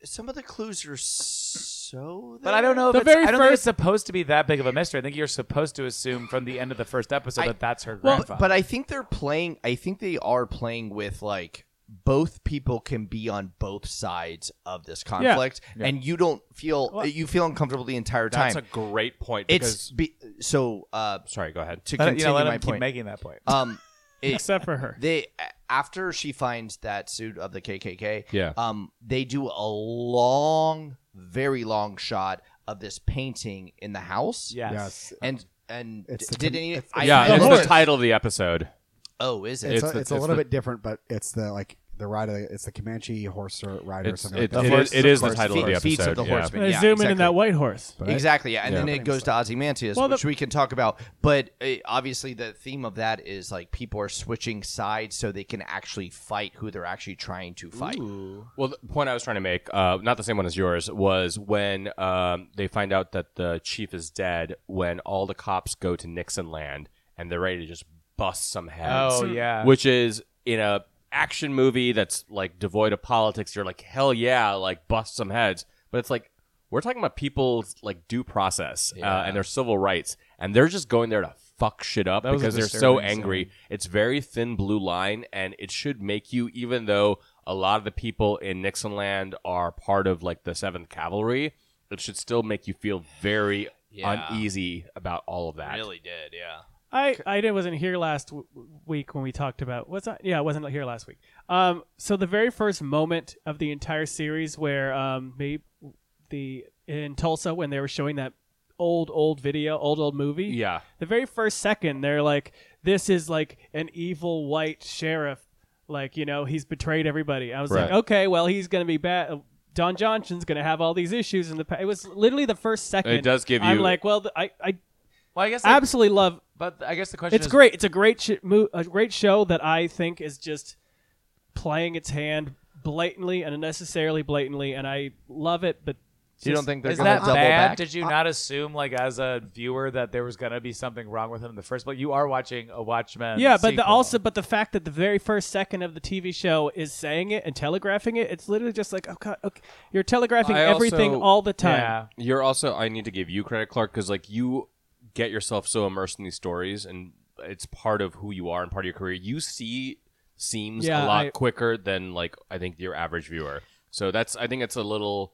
Speaker 2: some of the clues are so.
Speaker 5: But I don't know. If
Speaker 4: The
Speaker 5: it's,
Speaker 4: very
Speaker 5: I don't think it's
Speaker 4: first-
Speaker 5: supposed to be that big of a mystery. I think you're supposed to assume from the end of the first episode
Speaker 2: I-
Speaker 5: that that's her
Speaker 2: Well,
Speaker 5: grandfather.
Speaker 2: but, but I think they're playing. I think they are playing with like both people can be on both sides of this conflict,
Speaker 5: Yeah.
Speaker 2: and you don't feel
Speaker 4: Well-
Speaker 2: you feel uncomfortable the entire
Speaker 3: That's
Speaker 2: time.
Speaker 3: a great point.
Speaker 2: it's
Speaker 3: Because,
Speaker 2: be, so. Uh,
Speaker 3: sorry, go ahead.
Speaker 2: to
Speaker 5: Let-
Speaker 2: continue
Speaker 5: you know, let
Speaker 2: my
Speaker 5: him keep
Speaker 2: point,
Speaker 5: making that point. *laughs*
Speaker 2: um, it,
Speaker 4: Except for her.
Speaker 2: they after she finds that suit of the KKK,
Speaker 3: Yeah.
Speaker 2: um, they do a long, very long shot of this painting in the house.
Speaker 5: Yes.
Speaker 6: Yes.
Speaker 2: and and
Speaker 6: It's the
Speaker 2: did
Speaker 6: con-
Speaker 2: any?
Speaker 6: it's-
Speaker 2: I,
Speaker 3: yeah,
Speaker 2: I
Speaker 3: it's
Speaker 2: looked-
Speaker 3: the title of the episode.
Speaker 2: Oh, is it?
Speaker 6: It's,
Speaker 3: It's
Speaker 6: a,
Speaker 3: the-
Speaker 6: it's a
Speaker 3: it's
Speaker 6: little
Speaker 3: the-
Speaker 6: bit different, but it's the like the ride of the, it's the Comanche horse or rider or
Speaker 3: It's,
Speaker 6: something.
Speaker 3: it,
Speaker 6: like that.
Speaker 3: it is, it is the
Speaker 2: Horse-
Speaker 3: title of the
Speaker 2: feet-
Speaker 3: episode.
Speaker 2: Feats of the
Speaker 3: yeah.
Speaker 2: horseman.
Speaker 4: They
Speaker 2: yeah,
Speaker 4: zoom in
Speaker 2: exactly.
Speaker 4: in that white horse.
Speaker 6: Right?
Speaker 2: Exactly, yeah, and
Speaker 3: Yeah.
Speaker 2: then it goes to Ozymandias,
Speaker 4: Well, the-
Speaker 2: which we can talk about. But uh, obviously, the theme of that is like people are switching sides so they can actually fight who they're actually trying to fight.
Speaker 3: Well, the point I was trying to make, uh, not the same one as yours, was when um, they find out that the chief is dead, when all the cops go to Nixon land and they're ready to just bust some heads.
Speaker 5: Oh yeah.
Speaker 3: Which is in a action movie that's like devoid of politics, you're like, hell yeah, like bust some heads. But it's like we're talking about people's like due process uh, and their civil rights, and they're just going there to fuck shit up
Speaker 5: was a
Speaker 3: because they're so
Speaker 5: disturbing
Speaker 3: angry. It's very thin blue line, and it should make you, even though a lot of the people in Nixon land are part of like the Seventh Cavalry, it should still make you feel very
Speaker 2: Yeah.
Speaker 3: uneasy about all of that.
Speaker 2: really did, yeah.
Speaker 4: I I did, wasn't here last w- week when we talked about what's that? Yeah, I wasn't here last week. Um, so the very first moment of the entire series where um, they, the in Tulsa when they were showing that old old video, old old movie.
Speaker 3: Yeah.
Speaker 4: The very first second, they're like, "This is like an evil white sheriff. Like you know, he's betrayed everybody." I was like,
Speaker 3: Right.
Speaker 4: "Okay, well, he's gonna be bad." Don Johnson's gonna have all these issues in the. Pa-. It was literally the first second.
Speaker 3: It does give
Speaker 4: I'm
Speaker 3: you-
Speaker 4: like, well, th- I I
Speaker 5: Well, I guess. I,
Speaker 4: absolutely love
Speaker 5: but I guess the question
Speaker 4: it's
Speaker 5: is,
Speaker 4: great. It's a great sh- mo- a great show that I think is just playing its hand blatantly and unnecessarily blatantly, and I love it. But
Speaker 2: You don't think they're
Speaker 5: Is
Speaker 2: going to
Speaker 5: that
Speaker 2: double
Speaker 5: bad?
Speaker 2: back?
Speaker 5: Did you not assume, like, as a viewer, that there was gonna be something wrong with him in the first place? You are watching a Watchmen.
Speaker 4: yeah, but the,
Speaker 5: sequel.
Speaker 4: also but the fact that the very first second of the TV show is saying it and telegraphing it, it's literally just like, oh god, okay, you're telegraphing
Speaker 3: I
Speaker 4: everything
Speaker 3: also-
Speaker 4: all the time.
Speaker 5: yeah,
Speaker 3: You're also I need to give you credit, Clark, because like you get yourself so immersed in these stories, and it's part of who you are and part of your career. You see seems a
Speaker 4: Yeah,
Speaker 3: lot
Speaker 4: I-
Speaker 3: quicker than like I think your average viewer. So that's I think it's a little.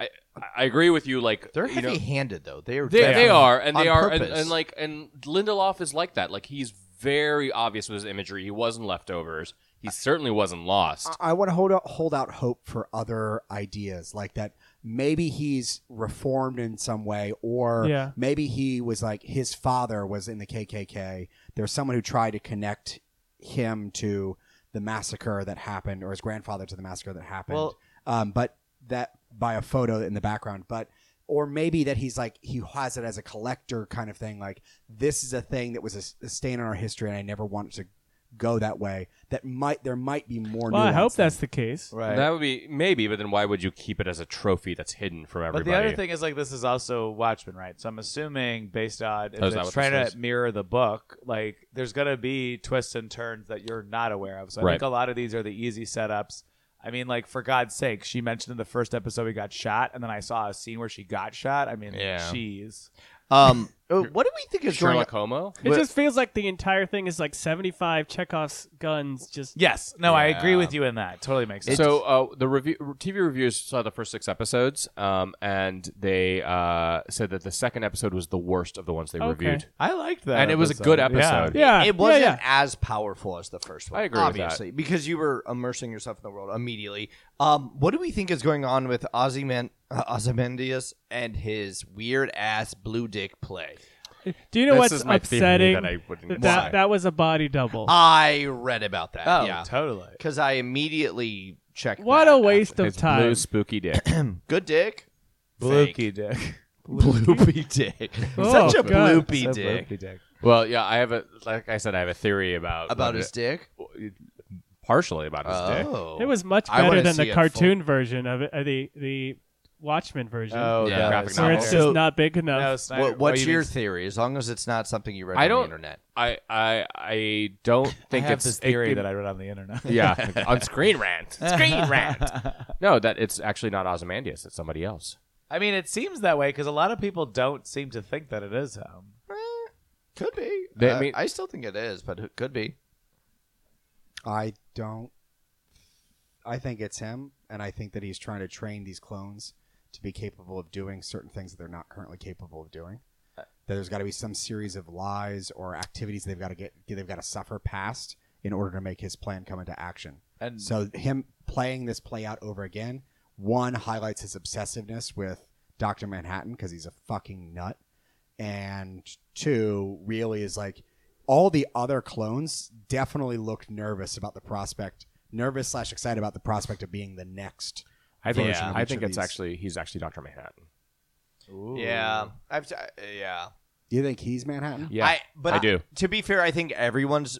Speaker 3: I I agree with you. Like
Speaker 2: They're
Speaker 3: you know,
Speaker 2: heavy-handed though. They are.
Speaker 3: they, they
Speaker 2: definitely
Speaker 3: are, and they
Speaker 2: on
Speaker 3: are, and,
Speaker 2: purpose.
Speaker 3: and like, and Lindelof is like that. Like he's very obvious with his imagery. He wasn't leftovers. He certainly wasn't lost.
Speaker 6: I want to hold out, hold out hope for other ideas like that. Maybe he's reformed in some way, or
Speaker 4: Yeah.
Speaker 6: maybe he was like his father was in the KKK. There's someone who tried to connect him to the massacre that happened, or his grandfather to the massacre that happened.
Speaker 2: Well-
Speaker 6: um, but that by a photo in the background, but. Or maybe that he's like he has it as a collector kind of thing. Like this is a thing that was a s- a, stain on our history, and I never wanted to go that way. That might there might be more.
Speaker 4: Well, I
Speaker 6: nuance
Speaker 4: hope
Speaker 6: than
Speaker 4: that's the case.
Speaker 5: right.
Speaker 3: That would be maybe, but then why would you keep it as a trophy that's hidden from
Speaker 5: but
Speaker 3: everybody?
Speaker 5: the other thing is, like, this is also Watchmen, right? So I'm assuming, based on if
Speaker 3: Oh, is that
Speaker 5: it's
Speaker 3: what
Speaker 5: trying
Speaker 3: this
Speaker 5: to
Speaker 3: is?
Speaker 5: mirror the book, like, there's gonna be twists and turns that you're not aware of. So I
Speaker 3: Right.
Speaker 5: think a lot of these are the easy setups. I mean, like, for God's sake, she mentioned in the first episode we got shot, and then I saw a scene where she got shot. I mean,
Speaker 2: Yeah.
Speaker 5: she's
Speaker 3: *laughs*
Speaker 2: Um, uh, what do we think is going?
Speaker 3: Sherlock Homo.
Speaker 4: It just feels like the entire thing is like 75 Chekhov's guns just
Speaker 5: yes. No, I agree
Speaker 3: Yeah.
Speaker 5: with you in that. Totally makes sense.
Speaker 3: so uh, the review TV reviewers saw the first six episodes, um, and they uh, said that the second episode was the worst of the ones they
Speaker 4: Okay.
Speaker 3: reviewed,
Speaker 5: I liked that,
Speaker 3: and it was a good
Speaker 5: uh,
Speaker 3: episode.
Speaker 4: Yeah.
Speaker 2: It wasn't
Speaker 4: yeah, yeah.
Speaker 2: as powerful as the first one.
Speaker 3: I agree with that.
Speaker 2: obviously, because you were immersing yourself in the world immediately. Um, what do we think is going on with Ozyman- uh, Ozymandias and his weird ass blue dick play?
Speaker 4: Do you know
Speaker 3: This
Speaker 4: what's
Speaker 3: is my theory
Speaker 4: upsetting?
Speaker 3: that I wouldn't buy.
Speaker 4: That- that, that was a body double.
Speaker 2: I read about that.
Speaker 5: Oh,
Speaker 2: yeah,
Speaker 5: totally.
Speaker 2: because I immediately checked.
Speaker 4: what
Speaker 2: that
Speaker 4: a
Speaker 2: after.
Speaker 4: waste of
Speaker 3: It's
Speaker 4: time.
Speaker 3: blue spooky
Speaker 4: *laughs*
Speaker 3: dick.
Speaker 2: Good dick.
Speaker 5: Blooky dick.
Speaker 2: *laughs*
Speaker 3: *laughs*
Speaker 2: Bloopy dick. Such a
Speaker 4: Oh, God.
Speaker 2: bloopy
Speaker 5: So
Speaker 2: dick.
Speaker 5: bloopy dick.
Speaker 3: well, yeah, I have a like I said, I have a theory about
Speaker 2: About
Speaker 3: what
Speaker 2: his
Speaker 3: it-
Speaker 2: dick?
Speaker 3: partially about his dick.
Speaker 2: Oh.
Speaker 4: It was much
Speaker 2: I wanna
Speaker 4: better than
Speaker 2: see it
Speaker 4: the cartoon version of it, uh, the the Watchmen version,
Speaker 5: Oh,
Speaker 2: Yeah.
Speaker 5: yeah.
Speaker 3: Graphic
Speaker 4: where
Speaker 3: novel.
Speaker 4: it's just
Speaker 2: So-
Speaker 4: not big enough.
Speaker 5: No, Snyder-
Speaker 2: What,
Speaker 5: what
Speaker 2: what's
Speaker 5: you
Speaker 2: your
Speaker 5: mean-
Speaker 2: theory? As long as it's not something you read
Speaker 3: I
Speaker 2: on
Speaker 3: don't.
Speaker 2: the internet.
Speaker 3: I I I don't think
Speaker 5: I have
Speaker 3: it's
Speaker 5: this theory
Speaker 3: it-
Speaker 5: that I read on the internet. *laughs*
Speaker 3: *laughs* yeah on Screen Rant. Screen Rant. No, that it's actually not Ozymandias. It's somebody else.
Speaker 5: I mean, it seems that way because a lot of people don't seem to think that it is him.
Speaker 2: Could be.
Speaker 3: They- I
Speaker 2: I,
Speaker 3: mean-
Speaker 2: I still think it is, but it could be.
Speaker 6: I don't. I think it's him, and I think that he's trying to train these clones to be capable of doing certain things that they're not currently capable of doing. That there's got to be some series of lies or activities they've got to get, they've got to suffer past in order to make his plan come into action.
Speaker 5: And
Speaker 6: So him playing this play out over again, one highlights his obsessiveness with Doctor Manhattan because he's a fucking nut, and two really is like all the other clones definitely looked nervous about the prospect, nervous slash excited about the prospect of being the next.
Speaker 3: I
Speaker 6: think- Yeah.
Speaker 3: I think
Speaker 6: Which of
Speaker 3: it's
Speaker 6: these?
Speaker 3: actually he's actually Doctor Manhattan.
Speaker 2: Yeah. I've, t- I- yeah.
Speaker 6: Do you think he's Manhattan?
Speaker 3: Yeah,
Speaker 2: I, but
Speaker 3: I do.
Speaker 2: To be fair, I think everyone's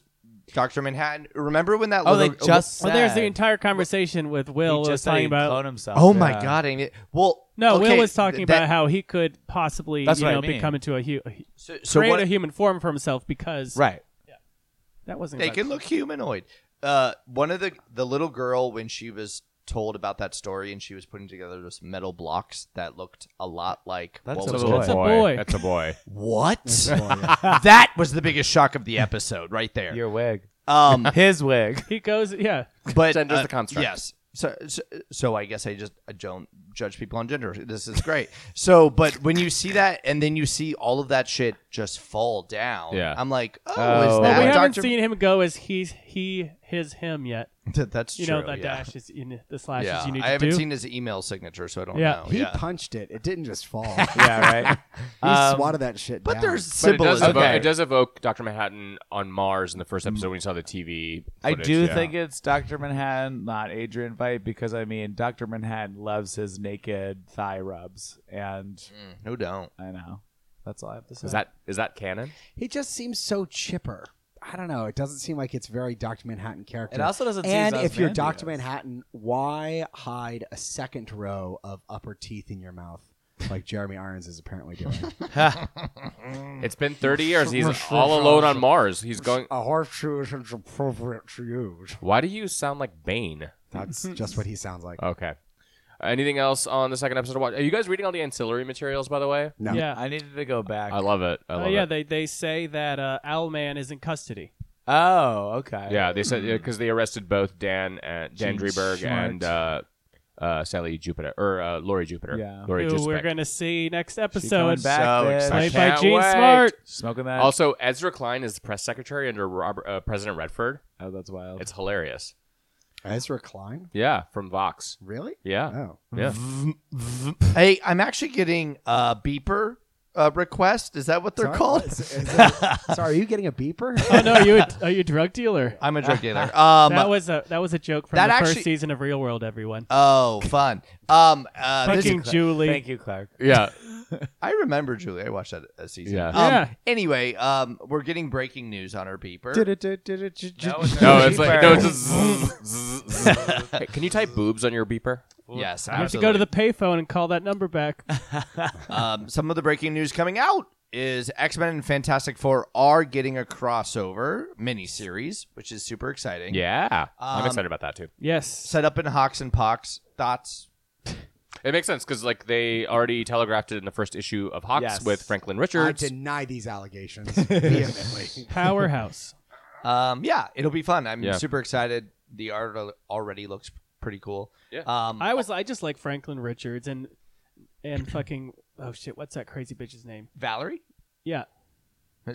Speaker 2: Dr. Manhattan. Remember when that
Speaker 5: oh, they
Speaker 2: little.
Speaker 5: just
Speaker 4: well, there's
Speaker 5: said-
Speaker 4: the entire conversation with
Speaker 5: he
Speaker 4: Will was
Speaker 5: just said
Speaker 4: talking
Speaker 5: he'd
Speaker 4: about.
Speaker 5: clone himself.
Speaker 2: Oh my
Speaker 5: yeah.
Speaker 2: God! I mean, well,
Speaker 4: No,
Speaker 2: okay,
Speaker 4: Will was talking
Speaker 2: th-
Speaker 4: about
Speaker 2: that-
Speaker 4: how he could possibly,
Speaker 5: That's
Speaker 4: you
Speaker 5: what I
Speaker 4: know,
Speaker 5: mean.
Speaker 4: become into a, hu- a hu-
Speaker 2: So, so
Speaker 4: create
Speaker 2: what,
Speaker 4: a human form for himself because
Speaker 5: Right.
Speaker 4: that wasn't.
Speaker 2: they
Speaker 4: about-
Speaker 2: can look humanoid. uh, one of the the little girl when she was told about that story and she was putting together those metal blocks that looked a lot like
Speaker 5: That's
Speaker 2: what
Speaker 5: a
Speaker 2: was
Speaker 5: boy.
Speaker 2: going
Speaker 4: That's a boy.
Speaker 3: That's a boy.
Speaker 4: *laughs*
Speaker 2: What? *laughs* that was the biggest shock of the episode right there.
Speaker 5: Your wig.
Speaker 3: *laughs*
Speaker 2: Um,
Speaker 5: His wig.
Speaker 4: He goes, yeah.
Speaker 2: but uh,
Speaker 3: Gender's the construct.
Speaker 2: Yes. So, so, so I guess I just I don't judge people on gender. This is great. so, but when you see that and then you see all of that shit just fall down,
Speaker 3: Yeah.
Speaker 2: I'm like, oh,
Speaker 5: Oh.
Speaker 2: is
Speaker 4: But
Speaker 2: that
Speaker 4: we haven't
Speaker 2: Dr.
Speaker 4: seen him go as he's he his him yet.
Speaker 2: That- *laughs* that's
Speaker 4: You
Speaker 2: true.
Speaker 4: know that
Speaker 2: yeah.
Speaker 4: dash is in the slashes
Speaker 2: Yeah.
Speaker 4: you need
Speaker 2: I
Speaker 4: to
Speaker 2: haven't
Speaker 4: do.
Speaker 2: seen his email signature, so I don't
Speaker 4: Yeah.
Speaker 2: know.
Speaker 6: He
Speaker 2: yeah.
Speaker 6: punched it. It didn't just fall. he
Speaker 5: *laughs* Yeah, right. Um,
Speaker 6: swatted that shit
Speaker 2: but
Speaker 6: down.
Speaker 3: But
Speaker 2: there's
Speaker 3: it does,
Speaker 2: symbolism.
Speaker 3: evoke,
Speaker 5: Okay.
Speaker 3: it does evoke Dr. Manhattan on Mars in the first episode when you saw the TV.
Speaker 5: I
Speaker 3: footage,
Speaker 5: do
Speaker 3: yeah.
Speaker 5: think it's Dr. Manhattan, not Adrian Veidt, because I mean, Dr. Manhattan loves his naked thigh rubs, and
Speaker 2: Mm, No, don't.
Speaker 5: I know that's all I have to say.
Speaker 3: Is that is that canon?
Speaker 6: he just seems so chipper. I don't know. It doesn't seem like it's very Doctor Manhattan character.
Speaker 5: It also doesn't.
Speaker 6: and
Speaker 5: seem
Speaker 6: if you're
Speaker 5: Zasmandias.
Speaker 6: Doctor Manhattan, why hide a second row of upper teeth in your mouth like Jeremy Irons is apparently doing?
Speaker 4: Mm.
Speaker 3: It's been 30 years. He's all alone on Mars. He's going.
Speaker 6: *laughs* a horseshoe is appropriate to use.
Speaker 3: Why do you sound like Bane?
Speaker 6: That's just what he sounds like.
Speaker 3: Okay. Anything else on the second episode to watch? Are you guys reading all the ancillary materials, by the way?
Speaker 6: No.
Speaker 4: Yeah.
Speaker 5: I needed to go back.
Speaker 3: I love it. I
Speaker 4: Oh
Speaker 3: love
Speaker 4: yeah,
Speaker 3: it.
Speaker 4: they they say that uh, Owlman is in custody.
Speaker 5: oh, okay.
Speaker 3: yeah, they said because they arrested both Dan and Dan Dreberg and uh, uh, Sally Jupiter or uh, Lori Jupiter.
Speaker 5: Yeah.
Speaker 3: Lori
Speaker 4: Who
Speaker 3: Jupiter.
Speaker 4: we're gonna see next
Speaker 5: She coming
Speaker 4: episode.
Speaker 5: back,
Speaker 2: So
Speaker 5: bitch.
Speaker 2: excited.
Speaker 4: Played by
Speaker 3: Can't
Speaker 4: Gene
Speaker 3: wait.
Speaker 4: Smart.
Speaker 5: smoking that.
Speaker 3: Also, Ezra Klein is the press secretary under Robert, uh, President Redford.
Speaker 5: oh, that's wild.
Speaker 3: It's hilarious.
Speaker 6: Ezra Klein?
Speaker 3: Yeah, from Vox.
Speaker 6: Really?
Speaker 3: Yeah,
Speaker 6: Oh.
Speaker 3: yeah.
Speaker 2: Hey, I'm actually getting a beeper uh, request. Is that what they're
Speaker 6: Sorry,
Speaker 2: called?
Speaker 6: is- *laughs* is that- sorry, are you getting a *laughs* beeper?
Speaker 4: *laughs* oh no, you a- are you a drug dealer? *laughs*
Speaker 2: I'm a drug dealer. *laughs* Um,
Speaker 4: that was a that was a joke from
Speaker 2: that
Speaker 4: the
Speaker 2: actually-
Speaker 4: first season of Real World. Everyone,
Speaker 2: oh, fun. Um, uh, this-
Speaker 4: fucking Julie.
Speaker 5: Thank you, Clark.
Speaker 3: yeah.
Speaker 2: I remember Julie. I watched that uh, season.
Speaker 3: Yeah.
Speaker 2: Um,
Speaker 4: Yeah.
Speaker 2: Anyway, um, we're getting breaking news on our beeper.
Speaker 3: *laughs* No, it's like
Speaker 5: Beeper.
Speaker 3: no, it's just. zzz, zzz, *laughs* zzz. Hey, can you type boobs on your beeper?
Speaker 2: Yes,
Speaker 4: I have to go to the payphone and call that number
Speaker 2: *laughs*
Speaker 4: back.
Speaker 2: Um, some of the breaking news coming out is X Men and Fantastic Four are getting a crossover miniseries, which is super exciting.
Speaker 3: Yeah, I'm
Speaker 2: Um,
Speaker 3: excited about that too.
Speaker 4: Yes.
Speaker 2: Set up in Hawks and Pox. Thoughts?
Speaker 3: It makes sense because like they already telegraphed it in the first issue of Hawks
Speaker 5: Yes.
Speaker 3: with Franklin
Speaker 6: I
Speaker 3: Richards.
Speaker 6: deny these
Speaker 5: *laughs*
Speaker 6: allegations vehemently.
Speaker 2: *laughs*
Speaker 4: Powerhouse.
Speaker 2: Um, yeah, it'll be fun. I'm
Speaker 3: Yeah.
Speaker 2: super excited. The art al- already looks pretty cool.
Speaker 3: Yeah.
Speaker 2: Um,
Speaker 4: I was I just like Franklin Richards and and fucking oh shit, what's that crazy bitch's name?
Speaker 2: Valerie. *laughs*
Speaker 4: Yeah.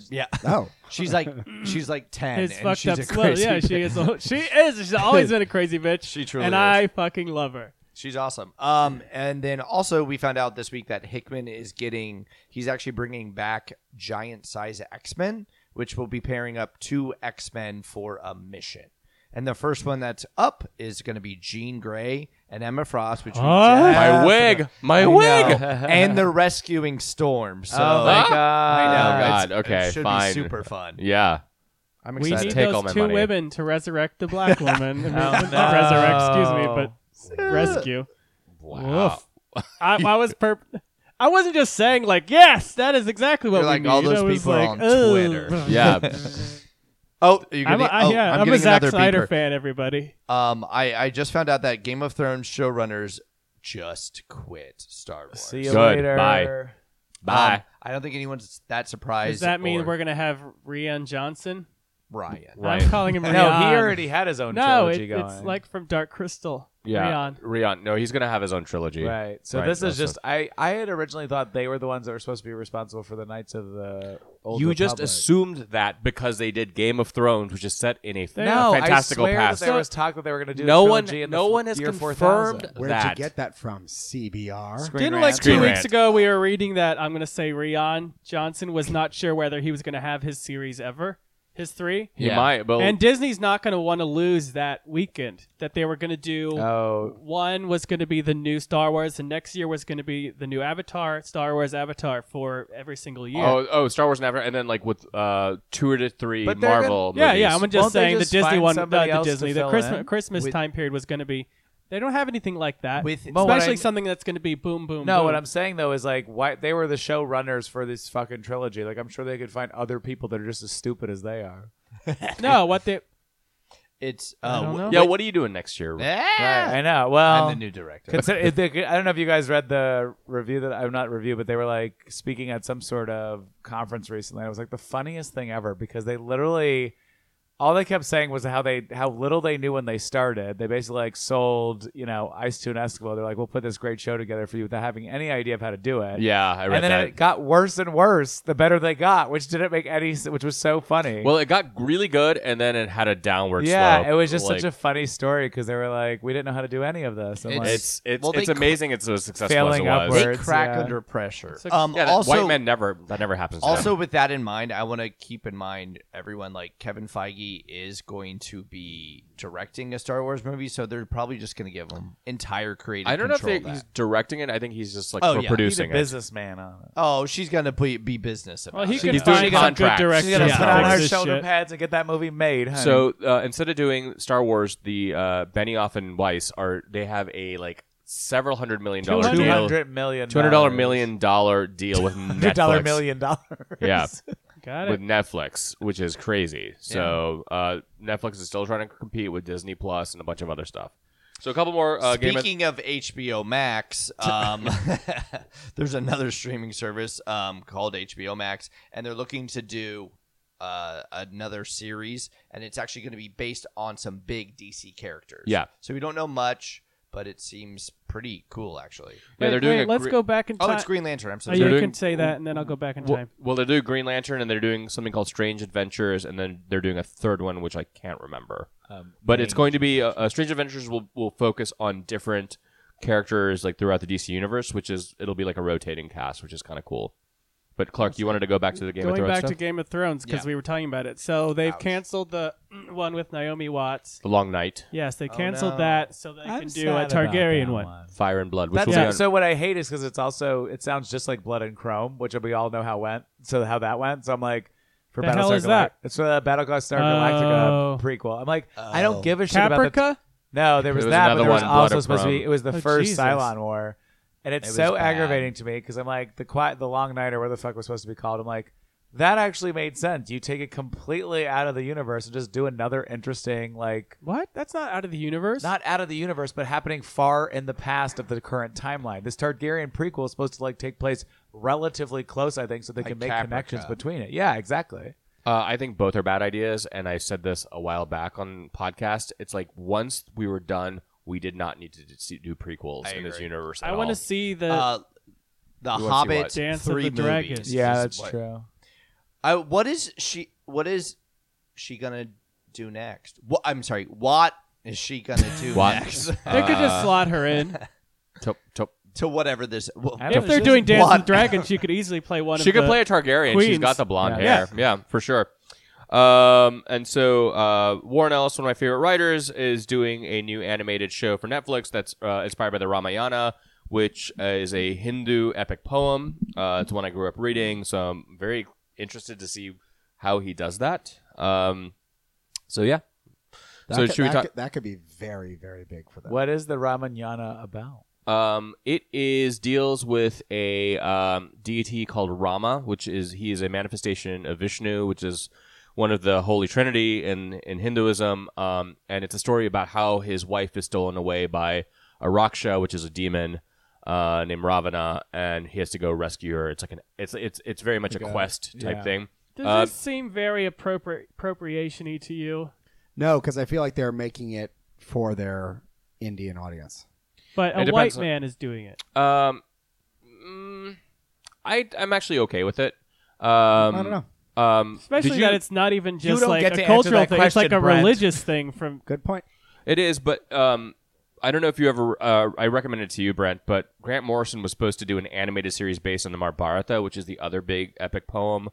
Speaker 2: Yeah,
Speaker 6: Oh.
Speaker 2: she's like she's like ten.
Speaker 4: His
Speaker 2: and
Speaker 4: fucked
Speaker 2: she's
Speaker 4: up
Speaker 2: a
Speaker 4: slow.
Speaker 2: crazy
Speaker 4: Yeah, she is she is. She's
Speaker 2: *laughs*
Speaker 4: always been a crazy bitch. She
Speaker 2: truly
Speaker 4: And
Speaker 2: is.
Speaker 4: I fucking love her.
Speaker 2: She's awesome. Um, and then also we found out this week that Hickman is getting he's actually bringing back giant size X Men, which will be pairing up two X Men for a mission. And the first one that's up is going to be Jean Grey and Emma Frost, which we
Speaker 4: Huh?
Speaker 2: just-
Speaker 3: my wig, my
Speaker 2: *laughs*
Speaker 3: wig.
Speaker 4: *laughs*
Speaker 5: *laughs*
Speaker 2: and they're rescuing Storm. So uh,
Speaker 5: Oh my
Speaker 3: Huh?
Speaker 5: god!
Speaker 3: know,
Speaker 2: It's-
Speaker 3: God, okay,
Speaker 2: it should
Speaker 3: fine.
Speaker 2: be super fun.
Speaker 3: Yeah,
Speaker 2: I'm
Speaker 4: We
Speaker 2: excited.
Speaker 4: need
Speaker 3: Take all my
Speaker 4: those two
Speaker 3: money.
Speaker 4: women to resurrect the *laughs* black woman. I mean,
Speaker 5: Oh, no.
Speaker 4: Resurrect, excuse me, but rescue.
Speaker 3: Wow.
Speaker 4: Woof. *laughs* I, I was perp. I wasn't just saying like yes, that is exactly what
Speaker 2: You're
Speaker 4: we
Speaker 2: like
Speaker 4: need.
Speaker 2: all those
Speaker 4: I was
Speaker 2: people
Speaker 4: like,
Speaker 2: on
Speaker 4: "Ugh." *laughs*
Speaker 2: Twitter.
Speaker 3: yeah.
Speaker 2: oh, you're
Speaker 4: I'm
Speaker 2: gonna,
Speaker 4: a, I,
Speaker 2: oh,
Speaker 4: yeah,
Speaker 2: I'm
Speaker 4: I'm a
Speaker 2: getting
Speaker 4: Zack
Speaker 2: another
Speaker 4: Snyder
Speaker 2: beeper.
Speaker 4: fan. Everybody,
Speaker 2: Um, I I just found out that Game of Thrones showrunners just quit Star Wars.
Speaker 5: See you
Speaker 3: Good.
Speaker 5: later.
Speaker 3: Bye. Bye.
Speaker 2: Um, I don't think anyone's that surprised.
Speaker 4: does that mean
Speaker 2: or
Speaker 4: we're gonna have Rian Johnson?
Speaker 2: Ryan?
Speaker 3: Right.
Speaker 4: I'm calling him
Speaker 5: *laughs*
Speaker 4: Rian.
Speaker 5: No, he already had his own
Speaker 4: No,
Speaker 5: trilogy
Speaker 4: it,
Speaker 5: going.
Speaker 4: it's like from Dark Crystal.
Speaker 3: yeah.
Speaker 4: Rian.
Speaker 3: Rion. No, he's gonna have his own trilogy.
Speaker 5: Right. So
Speaker 3: Right,
Speaker 5: this is
Speaker 3: that's
Speaker 5: just I I had originally thought they were the ones that were supposed to be responsible for the Knights of the Old
Speaker 3: You just
Speaker 5: Republic.
Speaker 3: assumed that because they did Game of Thrones, which is set in a
Speaker 5: No,
Speaker 3: fantastical
Speaker 5: I swear
Speaker 3: past.
Speaker 5: That there was talk that they were going to do.
Speaker 3: No
Speaker 5: a
Speaker 3: one-
Speaker 5: trilogy in
Speaker 3: no
Speaker 5: the f-
Speaker 3: one has
Speaker 5: year
Speaker 3: confirmed
Speaker 5: 4000.
Speaker 6: Where'd
Speaker 3: That.
Speaker 6: you get that from? CBR?
Speaker 5: Screen
Speaker 4: Didn't
Speaker 5: rant.
Speaker 4: like two
Speaker 3: Screen
Speaker 4: weeks
Speaker 3: rant.
Speaker 4: ago we were reading that I'm gonna say Rian Johnson was not sure whether he was gonna have his series ever, his three.
Speaker 3: He
Speaker 2: Yeah.
Speaker 3: might, but
Speaker 4: And Disney's not gonna want to lose that weekend that they were gonna do.
Speaker 5: Oh,
Speaker 4: One was gonna be the new Star Wars, and next year was gonna be the new Avatar, Star Wars Avatar for every single year.
Speaker 3: oh, oh, Star Wars never. And then like with uh, two or three
Speaker 5: But they're
Speaker 3: Marvel.
Speaker 4: yeah,
Speaker 3: movies.
Speaker 4: yeah. I'm just
Speaker 5: Won't they
Speaker 4: saying
Speaker 5: just
Speaker 4: the Disney
Speaker 5: find
Speaker 4: one, uh,
Speaker 5: somebody
Speaker 4: the
Speaker 5: else to
Speaker 4: Disney, the
Speaker 5: fill
Speaker 4: Christmas
Speaker 5: in?
Speaker 4: Christmas
Speaker 2: With-
Speaker 4: time period was gonna be. They don't have anything like that,
Speaker 2: With- But
Speaker 5: what
Speaker 4: especially
Speaker 5: I-
Speaker 4: something that's gonna be boom, boom.
Speaker 5: no,
Speaker 4: boom.
Speaker 5: what I'm saying though is like why they were the showrunners for this fucking trilogy. Like I'm sure they could find other people that are just as stupid as they are.
Speaker 4: No, what they
Speaker 2: It's
Speaker 4: I don't
Speaker 2: uh,
Speaker 4: know.
Speaker 3: Yeah, what are you doing next year?
Speaker 5: Right,
Speaker 2: yeah.
Speaker 5: I know. Well,
Speaker 2: I'm the new director.
Speaker 5: Consider, if they- I don't know if you guys read the review that I'm not review, but they were like speaking at some sort of conference recently. And it was like the funniest thing ever because they literally all they kept saying was how they how little they knew when they started. They basically like sold you know Ice to an Eskimo. They're like, we'll put this great show together for you without having any idea of how to do it.
Speaker 3: Yeah, I read
Speaker 5: and then
Speaker 3: that.
Speaker 5: it got worse and worse the better they got, which didn't make any s- which was so funny.
Speaker 3: well, it got really good, and then it had a downward
Speaker 5: yeah,
Speaker 3: slope.
Speaker 5: it was just
Speaker 3: like,
Speaker 5: such a funny story because they were like, we didn't know how to do any of this. And,
Speaker 2: It's-
Speaker 5: like,
Speaker 3: It's it's
Speaker 2: Well, they
Speaker 3: it's
Speaker 2: cl-
Speaker 3: amazing. It's so successful as it
Speaker 5: Failing
Speaker 3: was.
Speaker 5: upward.
Speaker 2: they
Speaker 5: words,
Speaker 2: crack
Speaker 5: yeah.
Speaker 2: under pressure.
Speaker 4: It's like-
Speaker 2: um,
Speaker 3: Yeah, that-
Speaker 2: also,
Speaker 3: white men never. That never happens. to them.
Speaker 2: Also, with that in mind, I want to keep in mind everyone like Kevin Feige is going to be directing a Star Wars movie, so they're probably just going to give him entire creative.
Speaker 3: I don't know if
Speaker 2: control
Speaker 3: they,
Speaker 2: of that.
Speaker 3: he's directing it. I think he's just like
Speaker 2: Oh,
Speaker 3: for
Speaker 2: yeah.
Speaker 5: he's a
Speaker 3: producing it.
Speaker 5: businessman on it.
Speaker 2: Oh, she's going to be, be business about
Speaker 4: Well, he
Speaker 2: it.
Speaker 4: could
Speaker 3: She's
Speaker 4: find
Speaker 3: doing
Speaker 4: some good
Speaker 3: contracts.
Speaker 4: directors.
Speaker 5: She's gonna
Speaker 3: Yeah.
Speaker 5: put on
Speaker 3: Yeah.
Speaker 5: her
Speaker 4: This
Speaker 5: shoulder
Speaker 4: shit.
Speaker 5: pads and get that movie made. Honey.
Speaker 3: So uh, instead of doing Star Wars, the uh, Benioff and Weiss are they have a like several hundred million dollar
Speaker 5: two
Speaker 3: deal,
Speaker 5: hundred million,
Speaker 3: two hundred dollar million dollar deal
Speaker 5: *laughs*
Speaker 3: with Netflix.
Speaker 5: hundred dollar million dollars. *laughs*
Speaker 3: Yeah,
Speaker 4: Got
Speaker 3: with
Speaker 4: it.
Speaker 3: Netflix, which is crazy. So uh, Netflix is still trying to compete with Disney Plus and a bunch of other stuff. So a couple more uh, Game of
Speaker 2: Speaking of
Speaker 3: *laughs*
Speaker 2: HBO Max, um, *laughs* there's another streaming service um, called HBO Max, and they're looking to do uh, another series, and it's actually going to be based on some big DC characters.
Speaker 3: Yeah.
Speaker 2: So we don't know much, but it seems pretty cool, actually.
Speaker 3: yeah, they're
Speaker 4: Wait,
Speaker 3: doing.
Speaker 4: wait,
Speaker 3: a
Speaker 4: let's
Speaker 3: gre-
Speaker 4: go back in
Speaker 2: Oh,
Speaker 4: time.
Speaker 2: it's Green Lantern. I'm so
Speaker 4: Oh,
Speaker 2: sorry.
Speaker 4: you
Speaker 3: doing-
Speaker 4: can say that, and then I'll go back in
Speaker 3: Well,
Speaker 4: time.
Speaker 3: well, they're doing Green Lantern, and they're doing something called Strange Adventures, and then they're doing a third one, which I can't remember. but it's going to be uh, uh, Strange Adventures will will focus on different characters like throughout the DC universe, which is it'll be like a rotating cast, which is kind of cool. But Clark, you wanted to go back to the Game
Speaker 4: Going
Speaker 3: of Thrones
Speaker 4: back
Speaker 3: stuff?
Speaker 4: to Game of Thrones because
Speaker 2: Yeah.
Speaker 4: we were talking about it. So they've canceled the *clears throat* one with Naomi Watts.
Speaker 3: the Long Night,
Speaker 4: Yes, they
Speaker 2: Oh,
Speaker 4: canceled
Speaker 2: no.
Speaker 4: that so they can do a Targaryen one.
Speaker 3: Fire and Blood, which
Speaker 5: That's
Speaker 3: will be on,
Speaker 5: so. What I hate is because it's also it sounds just like Blood and Chrome, which we all know how went. So how that went. So I'm like, for
Speaker 4: The
Speaker 5: Battlestar
Speaker 4: hell is
Speaker 5: Galact-
Speaker 4: that?
Speaker 5: It's for the Battlestar Galactica
Speaker 4: Oh.
Speaker 5: prequel. I'm like, I don't give a shit about the
Speaker 4: Caprica?
Speaker 5: No, there was,
Speaker 3: Oh. was
Speaker 5: that, but
Speaker 3: another
Speaker 5: there was
Speaker 3: one, Blood
Speaker 5: also
Speaker 3: of
Speaker 5: supposed to
Speaker 3: Rome.
Speaker 5: be. It was the
Speaker 4: Oh,
Speaker 5: first
Speaker 4: Jesus.
Speaker 5: Cylon War, and it's
Speaker 2: It was
Speaker 5: so
Speaker 2: bad.
Speaker 5: aggravating to me because I'm like the quiet, the long night, or where the fuck was supposed to be called. I'm like, that actually made sense. You take it completely out of the universe and just do another interesting, like
Speaker 4: What? That's not out of the universe.
Speaker 5: not out of the universe, but happening far in the past of the current timeline. This Targaryen prequel is supposed to like take place relatively close, I think, so they can make
Speaker 2: Caprica.
Speaker 5: connections between it. Yeah, exactly.
Speaker 3: Uh, I think both are bad ideas, and I said this a while back on podcast. It's like once we were done, we did not need to d- see- do prequels in this universe.
Speaker 4: I
Speaker 3: at
Speaker 4: want
Speaker 3: all.
Speaker 4: to see the.
Speaker 2: Uh, the
Speaker 3: You wanna see
Speaker 2: Hobbit
Speaker 3: what?
Speaker 4: Dance of
Speaker 2: three
Speaker 4: the Dragons.
Speaker 2: movies.
Speaker 5: Yeah,
Speaker 2: Just
Speaker 5: that's
Speaker 2: what-
Speaker 5: true.
Speaker 2: I, what is she? What is she gonna do next? What I'm sorry. What is she gonna do
Speaker 3: What?
Speaker 2: next? *laughs*
Speaker 4: they could just slot her in.
Speaker 3: Top- top-
Speaker 2: to whatever this. Well,
Speaker 5: I don't
Speaker 4: if
Speaker 5: know,
Speaker 4: they're
Speaker 5: she
Speaker 4: doing
Speaker 5: doesn't-
Speaker 4: Dance of
Speaker 2: want-
Speaker 4: the Dragons, she could easily play one
Speaker 3: She
Speaker 4: of the.
Speaker 3: could play a Targaryen. She's
Speaker 4: queens.
Speaker 3: got the blonde
Speaker 5: Yeah.
Speaker 3: hair. Yeah, for sure. Um, and so uh, Warren Ellis, one of my favorite writers, is doing a new animated show for Netflix that's uh, inspired by the Ramayana, which uh, is a Hindu epic poem. Uh, it's one I grew up reading, so I'm very interested to see how he does that. Um, so yeah,
Speaker 6: That
Speaker 3: So
Speaker 6: could,
Speaker 3: should we
Speaker 6: that
Speaker 3: talk-
Speaker 6: Could, that could be very, very big for them.
Speaker 5: What is the Ramayana about?
Speaker 3: Um, it is deals with a um, deity called Rama, which is he is a manifestation of Vishnu, which is one of the holy trinity in in Hinduism. Um, and it's a story about how his wife is stolen away by a raksha, which is a demon uh, named Ravana, and he has to go rescue her. It's like an it's it's it's very much a quest type
Speaker 5: Yeah.
Speaker 3: thing.
Speaker 4: Does
Speaker 3: Uh,
Speaker 4: this seem very appropri- appropriationy to you?
Speaker 6: No, because I feel like they're making it for their Indian audience.
Speaker 4: But
Speaker 3: It
Speaker 4: a
Speaker 3: depends
Speaker 4: white
Speaker 3: on-
Speaker 4: man is doing it.
Speaker 3: Um, mm, I I'm actually okay with it. Um,
Speaker 6: I don't know.
Speaker 3: Um, did
Speaker 4: Especially
Speaker 3: you-
Speaker 4: that it's not even just
Speaker 5: don't
Speaker 4: like
Speaker 5: get
Speaker 4: a
Speaker 5: to answer
Speaker 4: cultural
Speaker 5: that
Speaker 4: thing. it's like
Speaker 5: question,
Speaker 4: a
Speaker 5: Brent.
Speaker 4: religious thing from
Speaker 6: Good point.
Speaker 3: It is, but um, I don't know if you ever. Uh, I recommend it to you, Brent. But Grant Morrison was supposed to do an animated series based on the Mahabharata, which is the other big epic poem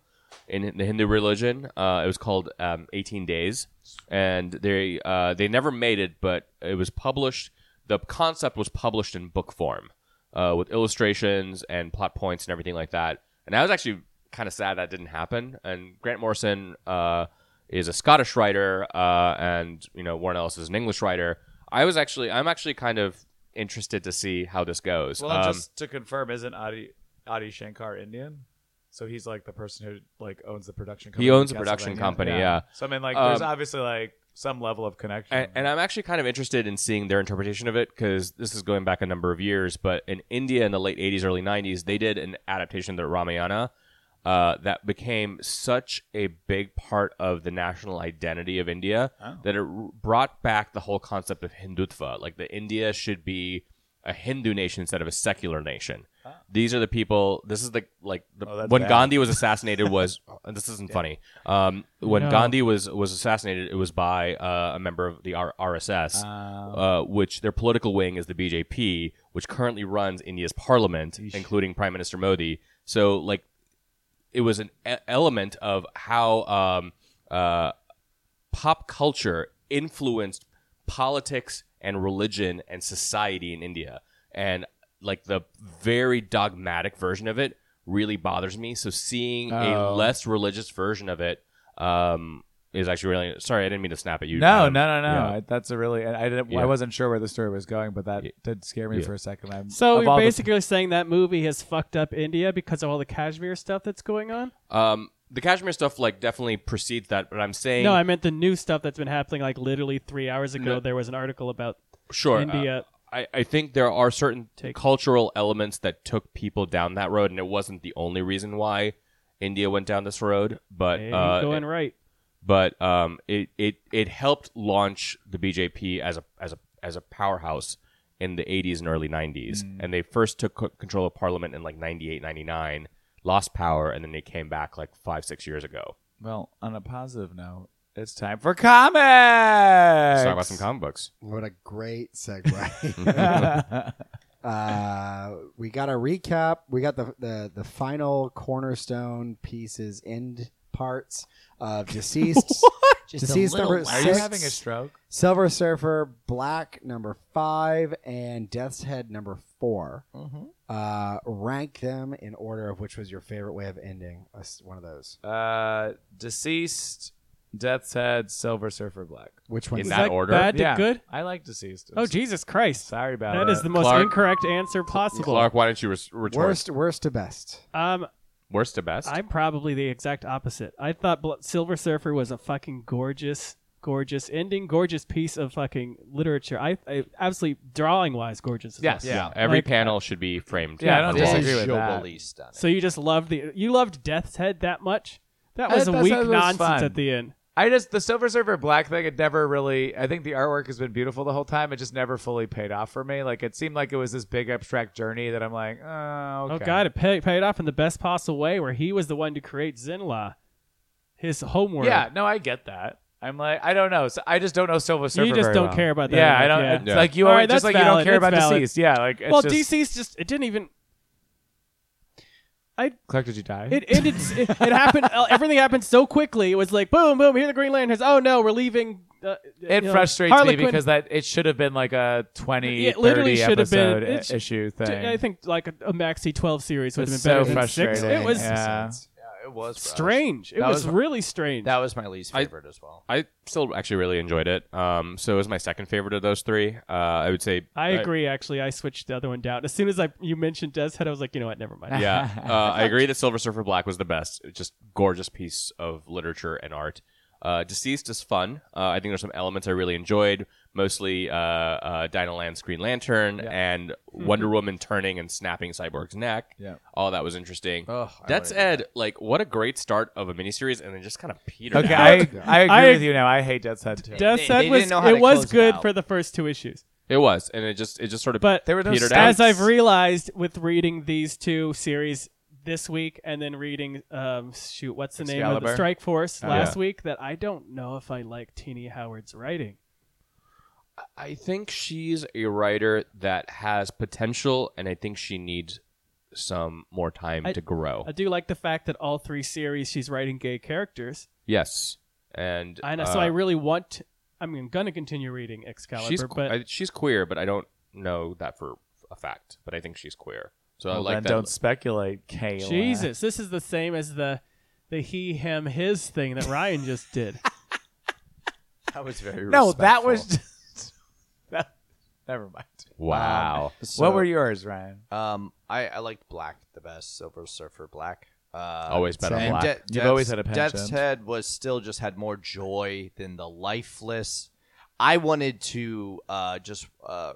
Speaker 3: in the Hindu religion. Uh, it was called um, 18 Days, and they uh, they never made it, but it was published. The concept was published in book form, uh, with illustrations and plot points and everything like that. And I was actually kind of sad that didn't happen. And Grant Morrison. Uh, is a Scottish writer, uh, and you know Warren Ellis is an English writer. I was actually, I'm actually kind of interested to see how this goes.
Speaker 5: Well,
Speaker 3: Um,
Speaker 5: just to confirm, isn't Adi Adi Shankar Indian? So he's like the person who like owns the production. company.
Speaker 3: owns
Speaker 5: in
Speaker 3: the production
Speaker 5: Castlevania.
Speaker 3: company, yeah.
Speaker 5: So I mean, like, there's
Speaker 3: Um,
Speaker 5: obviously like some level of connection.
Speaker 3: And, and I'm actually kind of interested in seeing their interpretation of it because this is going back a number of years. But in India in the late 80s, early 90s, they did an adaptation of the Ramayana uh, that became such a big part of the national identity of India that it r- brought back the whole concept of Hindutva. Like that India should be a Hindu nation instead of a secular nation. These are the people. This is the like the,
Speaker 5: Oh, that's
Speaker 3: when
Speaker 5: bad.
Speaker 3: Gandhi was
Speaker 5: *laughs*
Speaker 3: assassinated was and this isn't funny. Um, when
Speaker 4: No.
Speaker 3: Gandhi was was assassinated, it was by uh, a member of the R-
Speaker 5: Oh.
Speaker 3: RSS, uh, which their political wing is the BJP, which currently runs India's parliament, including Prime Minister Modi. So like it was an e- element of how um, uh, pop culture influenced politics and religion and society in India. And like the very dogmatic version of it really bothers me. So seeing a less religious version of it um, is actually really sorry. I didn't mean to snap at you.
Speaker 5: no,
Speaker 3: Adam.
Speaker 5: no, no, no.
Speaker 3: um, Yeah.
Speaker 5: I, that's a really. I, I didn't.
Speaker 3: Yeah.
Speaker 5: I wasn't sure where the story was going, but that
Speaker 3: Yeah.
Speaker 5: did scare me
Speaker 3: Yeah.
Speaker 5: for a second. I'm,
Speaker 4: So
Speaker 5: of
Speaker 4: you're
Speaker 5: all the-
Speaker 4: basically saying that movie has fucked up India because of all the Kashmir stuff that's going on?
Speaker 3: Um, the Kashmir stuff like definitely precedes that, but I'm saying
Speaker 4: No, I meant the new stuff that's been happening. Like literally three hours ago,
Speaker 3: No.
Speaker 4: there was an article about
Speaker 3: sure uh,
Speaker 4: India.
Speaker 3: I, I think there are certain
Speaker 4: Take-
Speaker 3: cultural elements that took people down that road, and it wasn't the only reason why India went down this road. But
Speaker 4: Hey,
Speaker 3: uh,
Speaker 4: going right.
Speaker 3: but um, it, it it helped launch the BJP as a as a as a powerhouse in the 80s and early 90s,
Speaker 5: Mm.
Speaker 3: and they first took co- control of parliament in like 98, 99, lost power, and then they came back like five six years ago.
Speaker 5: well, on a positive note, it's time for comics.
Speaker 3: Let's talk about some comic books.
Speaker 6: What a great segue.
Speaker 3: *laughs*
Speaker 6: *laughs*
Speaker 4: *laughs*
Speaker 6: uh, we got a recap. We got the, the, the final cornerstone pieces, end parts
Speaker 3: *laughs*
Speaker 6: of Deceased.
Speaker 7: Just
Speaker 6: Deceased
Speaker 7: a little
Speaker 6: number
Speaker 5: *laughs* Are
Speaker 7: laugh.
Speaker 5: you
Speaker 6: six.
Speaker 5: having a stroke?
Speaker 6: Silver Surfer Black number five and Death's Head number 4
Speaker 2: Mm-hmm.
Speaker 6: Uh, rank them in order of which was your favorite way of ending a s- one of those.
Speaker 5: Uh, deceased, Death's Head, Silver Surfer, Black.
Speaker 6: Which one?
Speaker 3: In
Speaker 4: Is
Speaker 3: that order?
Speaker 4: bad to
Speaker 5: yeah,
Speaker 4: good?
Speaker 5: I like deceased.
Speaker 4: Oh Jesus Christ!
Speaker 5: sorry about
Speaker 4: That
Speaker 5: it.
Speaker 4: is the most
Speaker 3: Clark-
Speaker 4: incorrect answer possible.
Speaker 3: Clark, why don't you res- retort? Worst,
Speaker 6: worst, worst to best.
Speaker 4: Um,
Speaker 3: to best.
Speaker 4: I'm probably the exact opposite. I thought Bl- Silver Surfer was a fucking gorgeous, gorgeous ending, gorgeous piece of fucking literature. I, I absolutely drawing wise, gorgeous. as
Speaker 5: Yes.
Speaker 4: well.
Speaker 5: Yeah.
Speaker 3: Every
Speaker 4: Like-
Speaker 3: panel should be framed.
Speaker 5: Yeah, I don't
Speaker 3: on the wall.
Speaker 5: disagree. with that.
Speaker 2: Visually stunning.
Speaker 4: So you just loved the you loved Death's Head that much? That
Speaker 5: I
Speaker 4: was
Speaker 5: thought that
Speaker 4: weak
Speaker 5: Eh, was
Speaker 4: nonsense
Speaker 5: fun.
Speaker 4: at the end.
Speaker 5: I just the Silver Surfer Black thing. It never really. I think the artwork has been beautiful the whole time. It just never fully paid off for me. Like it seemed like it was this big abstract journey that I'm like, oh, okay.
Speaker 4: Oh god, it pay, paid off in the best possible way, where he was the one to create Zinla, his homeworld.
Speaker 5: Yeah, no, I get that. I'm like, I don't know. So I just don't know Silver Surfer.
Speaker 4: just
Speaker 5: very
Speaker 4: don't
Speaker 5: well.
Speaker 4: care about that
Speaker 5: Yeah, I
Speaker 4: enough,
Speaker 5: don't.
Speaker 4: yeah.
Speaker 5: It's
Speaker 3: Yeah.
Speaker 5: like you
Speaker 4: All
Speaker 5: are
Speaker 4: right,
Speaker 5: just
Speaker 4: that's
Speaker 5: like you
Speaker 4: valid,
Speaker 5: don't care
Speaker 4: that's
Speaker 5: about
Speaker 4: valid.
Speaker 5: deceased. Yeah, like it's
Speaker 4: well,
Speaker 5: just,
Speaker 4: DC's just it didn't even
Speaker 5: Clark, did you die?
Speaker 4: it ended. *laughs* it, it happened. uh, Everything happened so quickly. It was like boom, boom. Here the Green Lanterns. Oh no, we're leaving. Uh,
Speaker 5: It
Speaker 4: you know,
Speaker 5: frustrates
Speaker 4: Harley
Speaker 5: me
Speaker 4: Quinn-
Speaker 5: because that it should have been like a 20,
Speaker 4: It literally
Speaker 5: 30
Speaker 4: should have been-
Speaker 5: episode
Speaker 4: it's-
Speaker 5: i- issue thing.
Speaker 4: I think like a, a maxi twelve series would
Speaker 5: it's
Speaker 4: have been
Speaker 5: so
Speaker 4: better than six.
Speaker 5: frustrating.
Speaker 4: It was
Speaker 5: yeah.
Speaker 2: yeah, it was rough.
Speaker 4: strange. It
Speaker 2: That
Speaker 4: was,
Speaker 2: was-
Speaker 4: really strange.
Speaker 2: That was my least
Speaker 3: I-
Speaker 2: favorite as well.
Speaker 3: I still actually really enjoyed it. Um, so it was my second favorite of those three. Uh, I would say uh,
Speaker 4: I agree. Actually, I switched the other one down as soon as I you mentioned Death's Head. I was like, you know what? Never mind. *laughs*
Speaker 2: *laughs*
Speaker 3: yeah, uh, I agree that Silver Surfer Black was the best. It's Just gorgeous piece of literature and art. Uh, Deceased is fun. Uh, I think there's some elements I really enjoyed, mostly uh, uh, Dinah Land's Green Lantern and Wonder Woman turning and snapping Cyborg's neck.
Speaker 5: Mm-hmm. Yeah.
Speaker 3: all that was interesting.
Speaker 2: Ugh, I
Speaker 3: That's
Speaker 2: wanna do
Speaker 3: Ed. Like, what a great start of a miniseries, and then just kind of petered
Speaker 4: *laughs*
Speaker 5: Okay,
Speaker 3: out.
Speaker 5: I, I agree
Speaker 4: I-
Speaker 5: with you now. I hate Death's Head too.
Speaker 4: Death's
Speaker 2: they
Speaker 4: Head
Speaker 2: didn't
Speaker 4: was
Speaker 2: know how
Speaker 4: it
Speaker 2: to
Speaker 4: was
Speaker 2: close it
Speaker 4: good
Speaker 2: out.
Speaker 4: for the first two issues,
Speaker 3: It was, and it just it just sort of
Speaker 4: but
Speaker 5: There were no
Speaker 3: petered out.
Speaker 4: as
Speaker 5: stakes.
Speaker 4: I've realized with reading these two series this week and then reading um shoot what's the name of the
Speaker 5: Excalibur?
Speaker 4: Strike
Speaker 2: Oh,
Speaker 4: Force last
Speaker 3: yeah.
Speaker 4: week that I don't know if I like Teeny Howard's writing.
Speaker 3: I think she's a writer that has potential, and I think she needs some more time
Speaker 4: I-
Speaker 3: to grow.
Speaker 4: I do like the fact that all three series she's writing gay characters,
Speaker 3: yes, and
Speaker 4: and
Speaker 3: uh,
Speaker 4: so I really want. I'm gonna continue reading Excalibur,
Speaker 3: she's
Speaker 4: but
Speaker 3: I- she's queer, but I don't know that for a fact. But I think she's queer, so I
Speaker 5: Well,
Speaker 3: like
Speaker 5: then
Speaker 3: that.
Speaker 5: don't speculate, Kayla.
Speaker 4: Jesus, this is the same as the the he him his thing that Ryan just
Speaker 5: *laughs*
Speaker 4: did.
Speaker 2: That was very
Speaker 5: No, that
Speaker 2: respectful.
Speaker 5: was. Just, *laughs* that, never mind.
Speaker 3: wow.
Speaker 5: what were yours, Ryan?
Speaker 2: Um, I, I liked Black the best. Silver Surfer Black. Uh,
Speaker 3: Always been a
Speaker 6: Same.
Speaker 3: black.
Speaker 2: De-
Speaker 5: You've
Speaker 2: Dev's-
Speaker 5: always had a penchant.
Speaker 2: Dev's head was still just had more joy than the lifeless. I wanted to uh, just uh,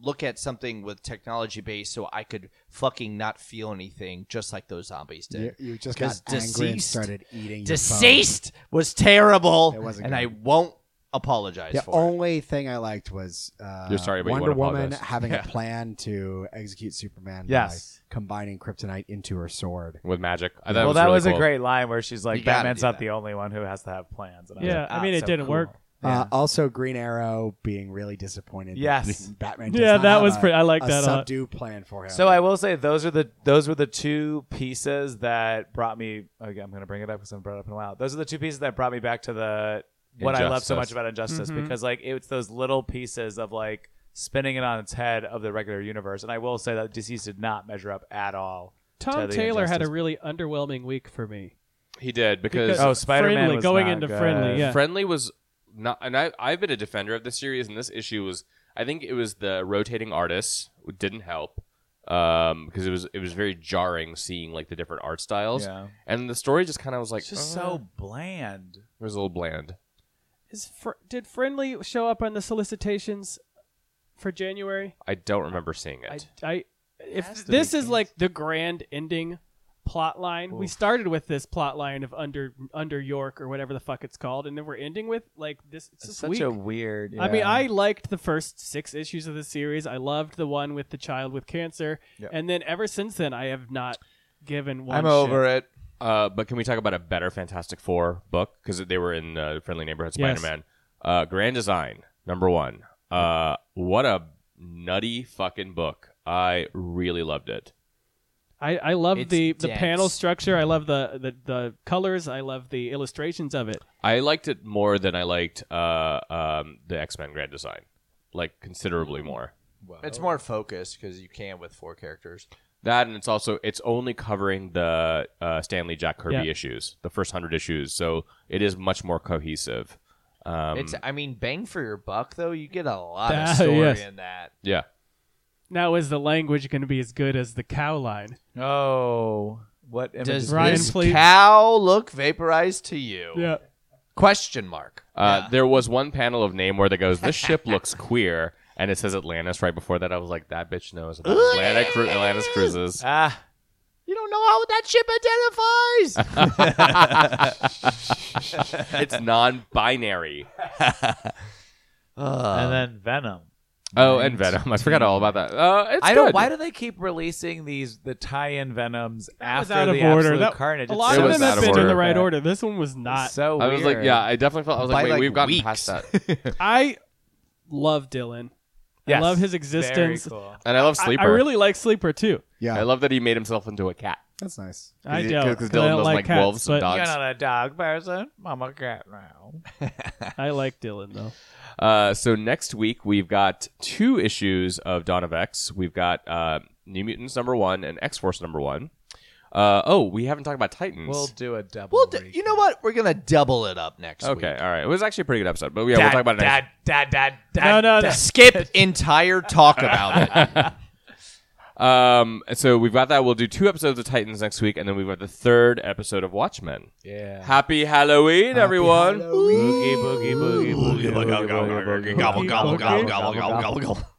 Speaker 2: look at something with technology based so I could fucking not feel anything, just like those zombies did.
Speaker 6: You, you just got
Speaker 2: 'Cause
Speaker 6: angry and
Speaker 2: deceased-
Speaker 6: started eating. your phone.
Speaker 2: Deceased was terrible,
Speaker 6: It wasn't
Speaker 2: and
Speaker 6: good.
Speaker 2: I won't apologize
Speaker 6: The
Speaker 2: for it.
Speaker 6: only thing I liked was uh,
Speaker 3: You're sorry, but you
Speaker 6: Wonder
Speaker 3: wanna
Speaker 6: Woman
Speaker 3: apologize.
Speaker 6: having
Speaker 3: Yeah.
Speaker 6: a plan to execute Superman
Speaker 5: Yes.
Speaker 6: by combining kryptonite into her sword.
Speaker 3: with magic. I thought
Speaker 5: well,
Speaker 3: it was
Speaker 5: that
Speaker 3: really
Speaker 5: was
Speaker 3: cool.
Speaker 5: a great line where she's like,
Speaker 2: You gotta
Speaker 5: "Batman's
Speaker 2: do
Speaker 5: not
Speaker 2: that.
Speaker 5: the only one who has to have plans." And I was
Speaker 4: Yeah,
Speaker 5: like,
Speaker 4: I
Speaker 5: "Ah,
Speaker 4: mean, it
Speaker 5: so
Speaker 4: didn't
Speaker 5: cool."
Speaker 4: work.
Speaker 6: Uh, also, Green Arrow being really disappointed. that
Speaker 5: Yes.
Speaker 6: *laughs* Batman. does
Speaker 4: Yeah,
Speaker 6: not
Speaker 4: that
Speaker 6: have
Speaker 4: was
Speaker 6: a-
Speaker 4: pretty. I like
Speaker 6: a
Speaker 4: that a lot.
Speaker 6: subdue plan for him.
Speaker 5: So I will say those are the those were the two pieces that brought me. Okay, I'm going to bring it up because I've brought it up in a while. Those are the two pieces that brought me back to the what I love so
Speaker 3: Injustice.
Speaker 5: much about Injustice
Speaker 4: Mhm.
Speaker 5: because like it's those little pieces of like spinning it on its head of the regular universe. And I will say that Deceased did not measure up at all.
Speaker 4: Tom
Speaker 5: to the
Speaker 4: Taylor had a
Speaker 5: injustice.
Speaker 4: really underwhelming week for me.
Speaker 3: He did because,
Speaker 4: Because-
Speaker 5: Oh, Spider-Man
Speaker 4: Friendly,
Speaker 5: was
Speaker 4: going
Speaker 5: not
Speaker 4: into
Speaker 5: good.
Speaker 4: friendly, yeah.
Speaker 3: friendly was not, and I I've been a defender of the series, and this issue was I think it was the rotating artists who didn't help um because it was it was very jarring seeing like the different art styles
Speaker 5: Yeah.
Speaker 3: and the story just kind of was like
Speaker 5: It's just
Speaker 3: uh,
Speaker 5: so bland.
Speaker 3: it was a little bland
Speaker 4: Is fr- did Friendly show up on the solicitations for January?
Speaker 3: i don't remember seeing
Speaker 4: I,
Speaker 3: it
Speaker 4: I
Speaker 5: Has to
Speaker 4: if this
Speaker 5: be
Speaker 4: is
Speaker 5: Kansas.
Speaker 4: like the grand ending plot line. We
Speaker 5: Oof.
Speaker 4: started with this plot line of under under York or whatever the fuck it's called, and then we're ending with like this. It's
Speaker 5: It's
Speaker 4: just
Speaker 5: such
Speaker 4: weak.
Speaker 5: a weird.
Speaker 4: I mean,
Speaker 5: yeah.
Speaker 4: I liked the first six issues of the series. I loved the one with the child with cancer,
Speaker 5: Yeah.
Speaker 4: and then ever since then, I have not given one.
Speaker 2: I'm over
Speaker 4: oh, shit.
Speaker 2: it.
Speaker 3: uh but can we talk about a better fantastic four book because they were in uh, friendly neighborhood
Speaker 4: Yes.
Speaker 3: spider-man uh grand design number one uh what a nutty fucking book i really loved it
Speaker 4: I, I love
Speaker 2: It's
Speaker 4: the, the
Speaker 2: dense.
Speaker 4: panel structure. I love the, the, the colors. I love the illustrations of it.
Speaker 3: I liked it more than I liked uh, um, the X Men Grand Design, like considerably more.
Speaker 2: It's more focused because you can with four characters.
Speaker 3: That and it's also it's only covering the uh, Stanley Jack Kirby
Speaker 4: Yeah.
Speaker 3: issues, the first hundred issues, so it is much more cohesive. Um,
Speaker 2: it's, I mean, bang for your buck though. You get a lot
Speaker 4: Ah,
Speaker 2: *laughs* of story
Speaker 4: yes.
Speaker 2: in that.
Speaker 3: yeah,
Speaker 4: Now, is the language going to be as good as the cow line?
Speaker 5: Oh, what images-
Speaker 2: Does
Speaker 4: Ryan
Speaker 2: this
Speaker 4: please-
Speaker 2: cow look vaporized to you?
Speaker 3: Oh.
Speaker 2: Question mark.
Speaker 3: uh, there was one panel of name where that goes, "This ship looks queer," and it says Atlantis right before that. I was like, "That bitch knows about Atlantic cru- Atlantis cruises."
Speaker 2: *laughs*
Speaker 5: Ah,
Speaker 2: You don't know how that ship identifies.
Speaker 3: it's non-binary.
Speaker 5: and then Venom.
Speaker 3: Oh, and Venom. I forgot all about that. Uh, it's
Speaker 5: I don't.
Speaker 3: good.
Speaker 5: Why do they keep releasing these the tie-in Venoms
Speaker 4: was
Speaker 5: after
Speaker 4: out of
Speaker 5: the
Speaker 4: order.
Speaker 5: absolute
Speaker 4: That-
Speaker 5: carnage?
Speaker 4: A
Speaker 5: It's
Speaker 4: lot
Speaker 3: It
Speaker 5: so
Speaker 4: of
Speaker 3: was
Speaker 4: them have
Speaker 3: out of
Speaker 4: been in the
Speaker 3: order.
Speaker 4: right order. This one was not.
Speaker 5: So
Speaker 3: I was like,
Speaker 5: weird.
Speaker 3: yeah, I definitely felt. I was like,
Speaker 2: By,
Speaker 3: wait,
Speaker 2: like,
Speaker 3: we've gotten
Speaker 2: weeks.
Speaker 3: past that.
Speaker 4: I love Dylan.
Speaker 5: Yes.
Speaker 4: I love his
Speaker 5: Very
Speaker 4: existence.
Speaker 5: cool.
Speaker 3: And I love
Speaker 4: I,
Speaker 3: Sleeper.
Speaker 4: I really like Sleeper too.
Speaker 6: yeah,
Speaker 3: I love that he made himself into a cat.
Speaker 6: that's nice.
Speaker 4: I
Speaker 3: he-
Speaker 4: don't.
Speaker 3: 'cause Dylan
Speaker 4: 'cause I don't
Speaker 3: doesn't
Speaker 4: like,
Speaker 3: like
Speaker 4: cats,
Speaker 3: wolves and
Speaker 4: but
Speaker 3: dogs.
Speaker 5: You're not a dog person. I'm a cat now.
Speaker 4: I like Dylan though.
Speaker 3: Uh, so next week we've got two issues of Dawn of X. We've got uh, New Mutants number one and X Force number one. Uh, oh, we haven't talked about Titans.
Speaker 5: We'll do a double.
Speaker 2: well, d- you know what? We're gonna double it up next
Speaker 3: okay,
Speaker 2: week.
Speaker 3: all right. It was actually a pretty good episode, but yeah,
Speaker 5: Dad,
Speaker 3: we'll talk about it next.
Speaker 5: dad, dad, dad, dad,
Speaker 4: No, no, no.
Speaker 5: dad.
Speaker 2: Skip entire talk about it.
Speaker 3: Um, so we've got that. We'll do two episodes of Titans next week, and then we've got the third episode of Watchmen.
Speaker 5: Yeah.
Speaker 3: Happy Halloween, everyone!
Speaker 5: Boogie, boogie, boogie, boogie, boogie, boogie, boogie, boogie, boogie,
Speaker 2: Gobble, gobble, gobble, gobble, gobble, gobble, gobble.